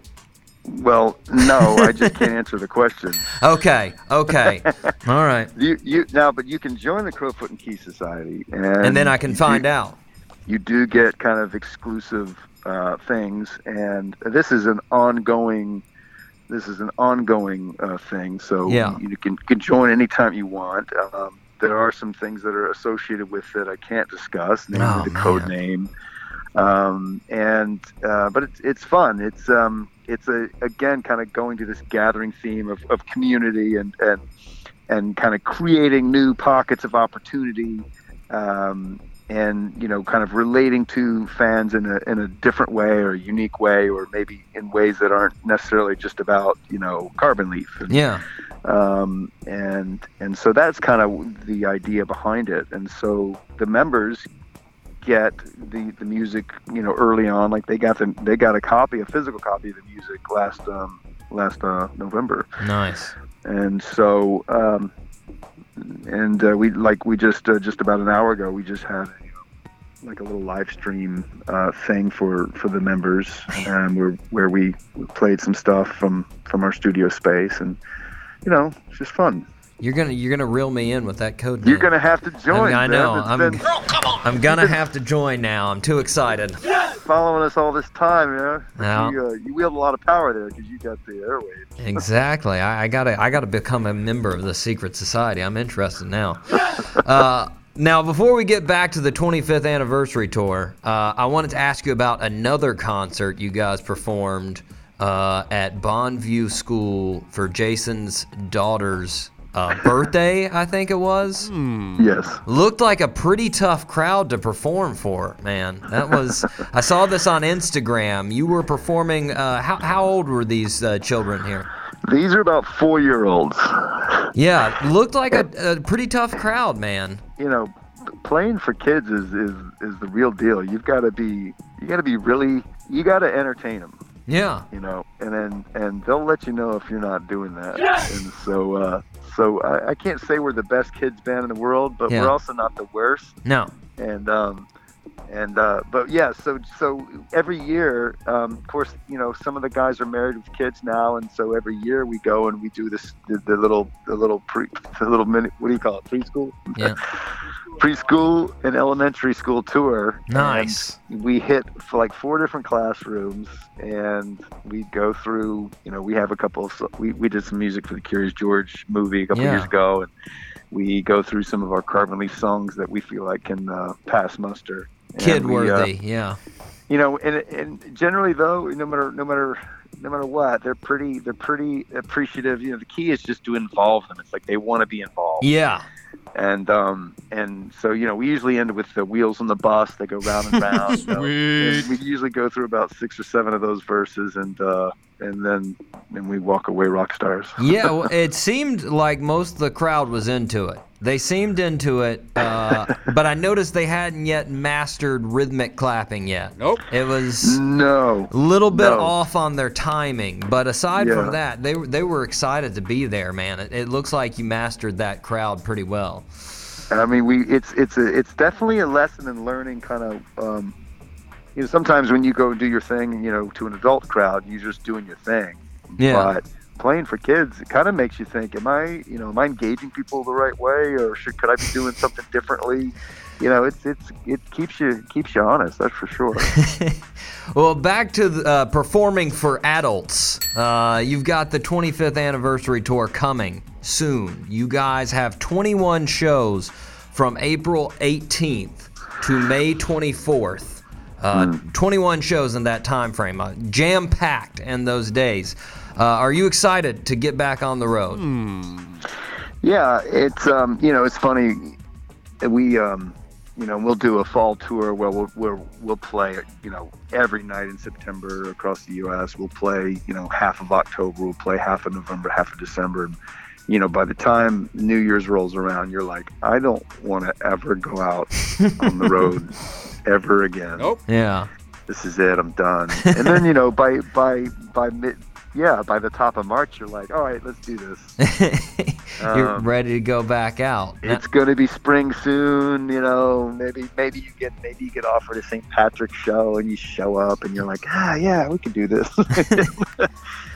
G: well, no, I just can't answer the question.
B: Okay. Okay. All right.
G: You, you now, but you can join the Crowfoot and Key Society, and,
B: And then I can find out.
G: You do get kind of exclusive uh, things, and this is an ongoing. This is an ongoing uh, thing, so
B: Yeah.
G: you can, can join anytime you want. Um, there are some things that are associated with that I can't discuss, namely
B: Oh,
G: the code
B: man.
G: name. Um, and uh, but it's it's fun. It's um it's a again kind of going to this gathering theme of, of community and and and kind of creating new pockets of opportunity um, and you know kind of relating to fans in a, in a different way or a unique way or maybe in ways that aren't necessarily just about you know carbon leaf and,
B: Yeah.
G: um, and and so that's kind of the idea behind it and so the members get the the music you know early on like they got the they got a copy a physical copy of the music last um, last uh, November
B: Nice.
G: and so um, and uh, we like we just uh, just about an hour ago we just had you know, like a little live stream uh, thing for for the members um, where where we played some stuff from from our studio space and you know it's just fun
B: You're gonna you're gonna reel me in with that code name.
G: you're gonna have to join
B: I
G: Zeb.
B: know.
G: It's
B: I'm-
G: been
B: I'm gonna have to join now. I'm too excited.
G: following us all this time you know
B: Yeah.
G: you, uh, you wield a lot of power there because you got the airwaves
B: Exactly. I, I gotta I gotta become a member of the secret society. I'm interested now. Uh, now, before we get back to the 25th anniversary tour, uh, I wanted to ask you about another concert you guys performed uh, at Bondview School for Jason's daughter's uh, birthday. I think it was.
G: yes
B: Looked like a pretty tough crowd to perform for, man. That was. I saw this on Instagram. You were performing. Uh, how how old were these uh, children here?
G: these are about four year olds
B: Yeah, looked like a, a pretty tough crowd, man.
G: you know, playing for kids is is, is the real deal. You've got to be you got to be really you got to entertain them,
B: Yeah.
G: you know, and then and they'll let you know if you're not doing that. And so uh, so I, I can't say we're the best kids band in the world, but
B: Yeah.
G: we're also not the worst.
B: No.
G: And um, and uh, but yeah, so so every year, um, of course, you know some of the guys are married with kids now, and so every year we go and we do this the, the little the little pre the little mini what do you call it preschool
B: Yeah.
G: preschool and elementary school tour.
B: Nice.
G: And we hit for like four different classrooms, and we go through. You know, we have a couple of we we did some music for the Curious George movie a couple
B: Yeah.
G: years ago, and we go through some of our Carbon Leaf songs that we feel like can uh, pass muster. And
B: Kid
G: we, uh,
B: worthy. yeah.
G: you know, and and generally though, no matter no matter no matter what, they're pretty they're pretty appreciative. You know, the key is just to involve them. It's like they want to be involved,
B: Yeah.
G: and um and so you know we usually end with the wheels on the bus. They go round and round. you know, and we usually go through about six or seven of those verses, and uh and then and we walk away rock stars.
B: yeah, well, it seemed like most of the crowd was into it. They seemed into it, uh, but I noticed they hadn't yet mastered rhythmic clapping yet.
E: Nope.
B: It was a
G: No,
B: little bit
G: No.
B: off on their timing, but aside
G: Yeah.
B: from that, they were they were excited to be there, man. It, it looks like you mastered that crowd pretty well.
G: I mean, we it's it's a it's definitely a lesson in learning, kind of. Um, you know, sometimes when you go and do your thing, you know, to an adult crowd, you're just doing your thing.
B: Yeah.
G: But playing for kids, it kind of makes you think: Am I, you know, am I engaging people the right way, or should could I be doing something differently? You know, it's it's it keeps you keeps you honest. That's for sure.
B: Well, back to the, uh, performing for adults. Uh, you've got the 25th anniversary tour coming soon. You guys have 21 shows from April 18th to May 24th. Uh, 21 shows in that time frame, uh, jam packed in those days. Uh, are you excited to get back on the road?
G: Yeah, it's um, you know, it's funny. We um, you know, we'll do a fall tour where we'll where we'll play you know every night in September across the U.S. We'll play you know half of October, we'll play half of November, half of December. And, you know, by the time New Year's rolls around, you're like, I don't want to ever go out on the road ever again
E: Nope.
B: Yeah.
G: this is it, I'm done. And then you know, by by by mid, yeah, by the top of March, you're like, all right, let's do this.
B: You're
G: Um,
B: ready to go back out.
G: It's gonna be spring soon, you know. Maybe maybe you get maybe you get offered a St. Patrick's show and you show up and you're like, ah, yeah, we can do this.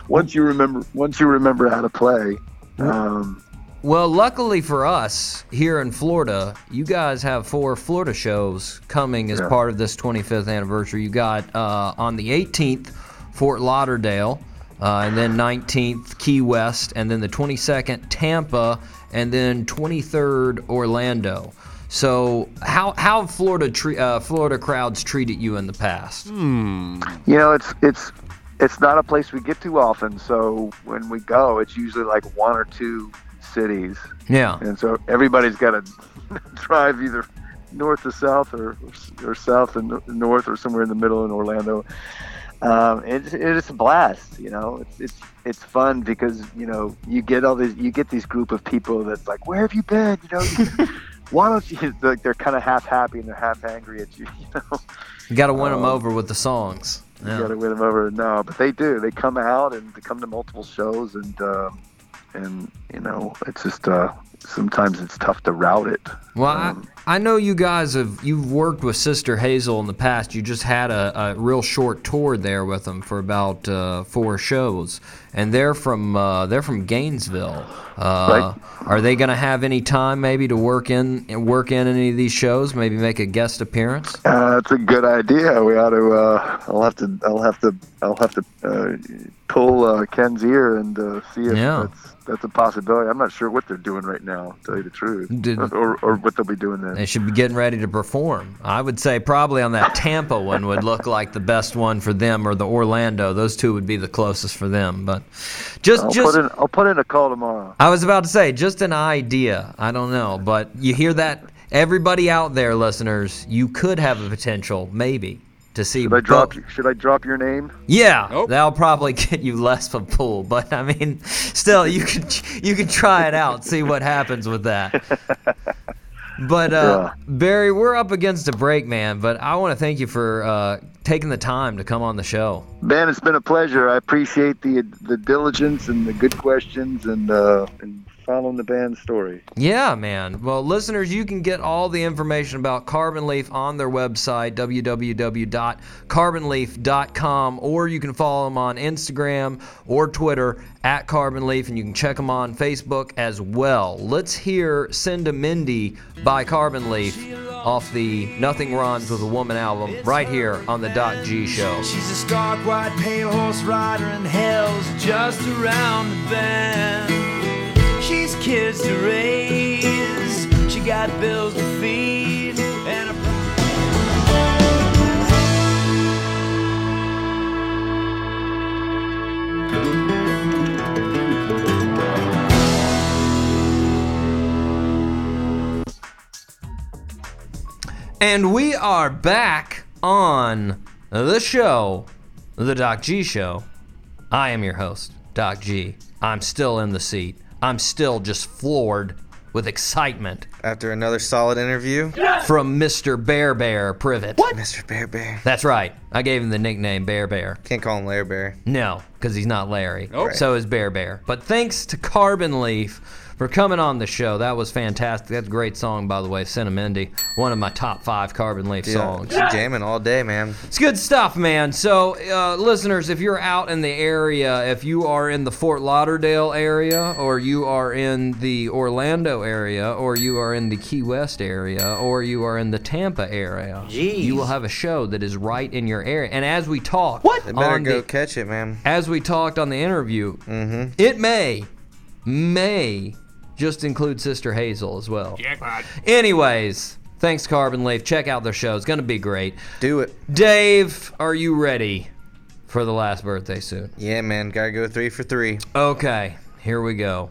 G: once you remember, once you remember how to play. Um,
B: Well, luckily for us here in Florida, you guys have four Florida shows coming as
G: Yeah.
B: part of this 25th anniversary. You got uh, on the 18th, Fort Lauderdale, uh, and then 19th, Key West, and then the 22nd, Tampa, and then 23rd, Orlando. So, how how have Florida tre- uh, Florida crowds treated you in the past?
G: you know it's it's it's not a place we get to often so when we go it's usually like one or two cities
B: Yeah,
G: and so everybody's got to drive either north to south or or south and north or somewhere in the middle in orlando um, it's it's a blast you know it's it's it's fun because you know you get all these you get these group of people that's like where have you been you know why don't you it's like they're kind of half happy and they're half angry at you you know
B: you got to win them over with the songs.
G: you got
B: Yeah.
G: to win them over. No, but they do. They come out and they come to multiple shows, and um, and you know, it's just uh, sometimes it's tough to route it. Um,
B: Well, I, I know you guys have you've worked with Sister Hazel in the past. You just had a, a real short tour there with them for about uh, four shows, and they're from uh, they're from Gainesville. Uh, Are they going to have any time maybe to work in and work in any of these shows? Maybe make a guest appearance.
G: Uh, that's a good idea. We ought to. Uh, I'll have to. I'll have to. I'll have to uh, pull uh, Ken's ear and uh, see if
B: Yeah.
G: that's that's a possibility. I'm not sure what they're doing right now. To tell you the truth,
B: Did-
G: or or what they'll be doing then.
B: They should be getting ready to perform. I would say probably on that Tampa one would look like the best one for them, or the Orlando. Those two would be the closest for them. But just
G: I'll
B: just
G: put in. I'll put in a call tomorrow.
B: I was about to say, just an idea. I don't know, but you hear that? Everybody out there, listeners, you could have a potential, maybe, to see.
G: Should I drop?
B: both.
G: you- Should I drop your name?
B: Yeah,
E: Nope.
B: that'll probably get you less of a pull, but I mean, still, you could you could try it out, see what happens with that. But uh, Barry, we're up against a break, man. But I want to thank you for uh, taking the time to come on the show.
G: Man, it's been a pleasure. I appreciate the the diligence and the good questions and uh, and following the band's story.
B: Yeah, man. Well, listeners, you can get all the information about Carbon Leaf on their website, www.carbonleaf.com, or you can follow them on Instagram or Twitter at Carbon Leaf, and you can check them on Facebook as well. Let's hear Send a Mindy by Carbon Leaf off the Nothing Rhymes with a Woman album right here on the Dot G Show.
I: She's a stark white pale horse rider, and hell's just around the bend. She's kids to raise, she got bills to feed, and a
B: And we are back on the show, the Doc G Show. I am your host, Doc G. I'm still in the seat. I'm still just floored with excitement
D: After another solid interview,
B: from Mr. Bear Bear Privet. What?
D: Mr. Bear Bear.
B: That's right. I gave him the nickname Bear Bear.
D: Can't call him Lair Bear.
B: No, because he's not Larry. So is Bear Bear. But thanks to Carbon Leaf for coming on the show. That was fantastic. That's a great song, by the way, Sentimendy. One of my top five Carbon Leaf songs.
D: Yeah, jamming all day, man.
B: It's good stuff, man. So, uh, listeners, if you're out in the area, if you are in the Fort Lauderdale area, or you are in the Orlando area, or you are in the Key West area, or you are in the Tampa area, you will have a show that is right in your area. And as we talk, what?
D: They better go Mm-hmm. catch it, man.
B: as we talked on the interview, it may, may just include Sister Hazel as well. Anyways, thanks, Carbon Leaf. Check out their show. It's going to be great.
D: Do it.
B: Dave, are you ready for the last birthday suit?
D: Yeah, man. Gotta go three for three.
B: Okay, here we go.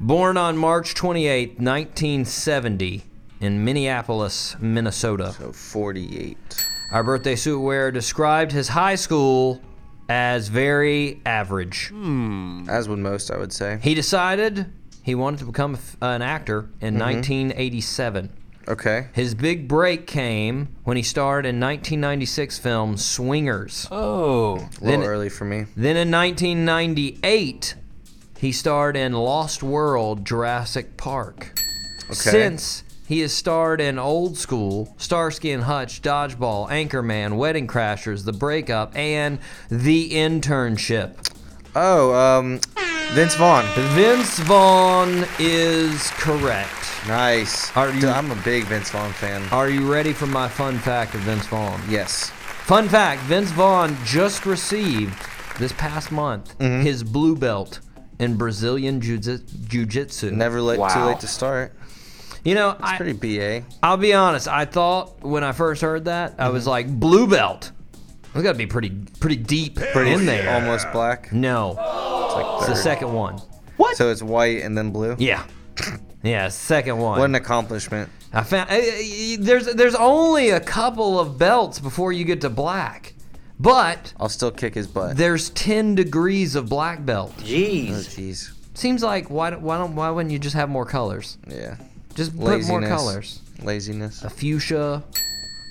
B: Born on March 28, 1970, in Minneapolis, Minnesota.
D: So 48.
B: Our birthday suit wearer described his high school as very average.
D: As would most, I would say.
B: He decided he wanted to become a f- uh, an actor in 1987.
D: Okay.
B: His big break came when he starred in 1996 film Swingers.
D: A little
B: Then-
D: early for me.
B: Then in 1998, he starred in Lost World Jurassic Park. Since he has starred in Old School, Starsky and Hutch, Dodgeball, Anchorman, Wedding Crashers, The Breakup, and The Internship.
D: Oh, um, Vince Vaughn.
B: Vince Vaughn is correct.
D: Nice.
B: Are you-
D: Dude, I'm a big Vince Vaughn fan.
B: Are you ready for my fun fact of Vince Vaughn?
D: yes.
B: Fun fact Vince Vaughn just received this past month his blue belt in Brazilian Jiu Jitsu.
D: Never late, too late to start.
B: You know, I,
D: Pretty BA.
B: I'll be honest. I thought when I first heard that, I
D: Mm-hmm.
B: was like, blue belt. It's got to be pretty, pretty deep in there.
D: Almost black.
B: No,
D: Like
B: it's the
D: third.
B: second one.
D: So it's white and then blue.
B: Yeah, yeah, it's the second one.
D: What an accomplishment.
B: I found eh, eh, there's there's only a couple of belts before you get to black, but
D: I'll still kick his butt.
B: there's ten degrees of black belt.
D: oh,
H: Jeez.
D: jeez.
B: Seems like why don't- why don't why wouldn't you just have more colors?
D: Yeah.
B: Just put more
D: Laziness.
B: colors.
D: Laziness.
B: a fuchsia,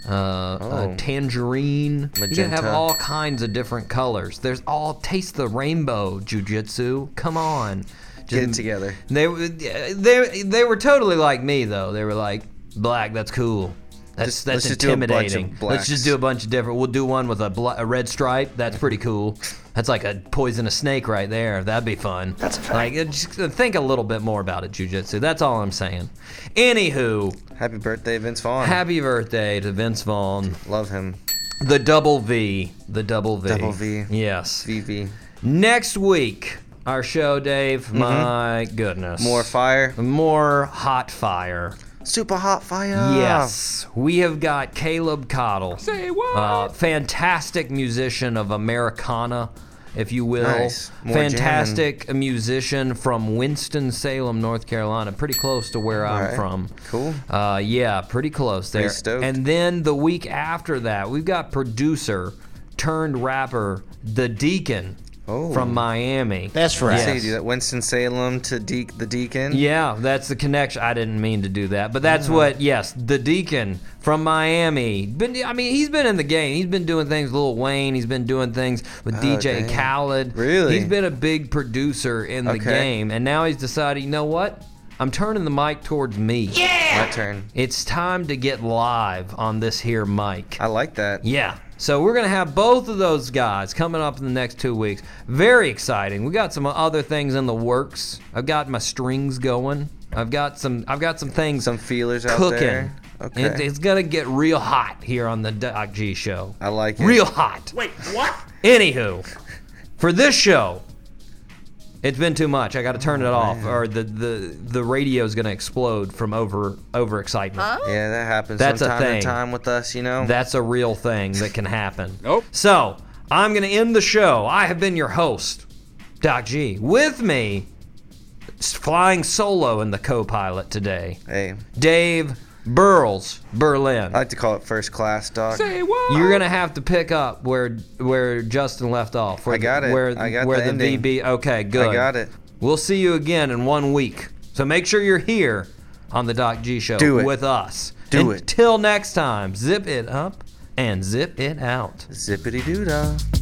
B: uh,
D: Oh.
B: a tangerine. You can have
D: Magenta.
B: all kinds of different colors. There's all taste the rainbow jujitsu. Come on,
D: Get it
B: Just-
D: together.
B: They were- they they were totally like me though. They were like black. That's cool. That's
D: Just-
B: that's
D: let's just do a bunch of
B: intimidating. let's just do a bunch of different. We'll do one with a, bla a red stripe. That's pretty cool. That's like a poisonous snake right there. That'd be fun. That's a fact. Like, it- just think a little bit more about it, jujitsu. That's all I'm saying. Anywho,
D: Happy birthday, Vince Vaughn.
B: Happy birthday to Vince Vaughn.
D: Love him.
B: The double V. The double V.
D: Double V.
B: Yes.
D: VV.
B: Next week, our show, Dave. My goodness.
D: Mm-hmm. More fire.
B: More hot fire.
D: Super hot fire.
B: Yes. We have got Caleb Cottle. Say what? Uh, fantastic musician of Americana, if you will.
D: Nice. More
B: fantastic musician from Winston-Salem, North Carolina. Pretty close to where I'm
D: right.
B: from.
D: Cool.
B: Uh, yeah, pretty close there.
D: stoked.
B: And then the week after that, we've got producer turned rapper The Deacon
D: Oh.
B: from Miami.
J: That's right.
D: So you do that Winston Salem to Deke the Deacon.
B: Yeah, that's the connection. I didn't mean to do that, but that's what. Yes, the Deacon from Miami. Been, I mean, he's been in the game. He's been doing things with Lil Wayne. He's been doing things with DJ
D: Oh, damn.
B: Khaled.
D: Really?
B: He's been a big producer in the
D: Okay.
B: game, and now he's decided. You know what? I'm turning the mic towards me. Yeah.
D: My turn.
B: It's time to get live on this here mic.
D: I like that.
B: Yeah. So we're gonna have both of those guys coming up in the next two weeks. Very exciting. We got some other things in the works. I've got my strings going. I've got some. I've got some things.
D: Some feelers out
B: cooking.
D: there. Okay.
B: It- it's gonna get real hot here on the Doc G Show.
D: I like it.
B: Real hot.
J: Wait, what?
B: Anywho, for this show, it's been too much. I got to turn
D: Oh,
B: it off, or the the the radio's gonna explode from over over excitement.
D: Yeah, that happens
B: That's a
D: from time
B: thing.
D: to time with us, you know.
B: That's a real thing that can happen.
E: Nope.
B: So I'm going to end the show. I have been your host, Doc G. With me, s- flying solo in the co pilot today,
D: hey,
B: Dave Burles, Berlin.
D: I like to call it first class, doc.
B: You're gonna have to pick up where where Justin left off. Where
D: I got
B: the-
D: it.
B: Where,
D: I got
B: where
D: the
B: the,
D: ending.
B: VB. Okay, good.
D: I got it.
B: We'll see you again in one week. So make sure you're here on the Doc G Show
D: Do it.
B: with us.
D: Do it.
B: Until next time, zip it up and zip it out.
D: Zippity doo dah.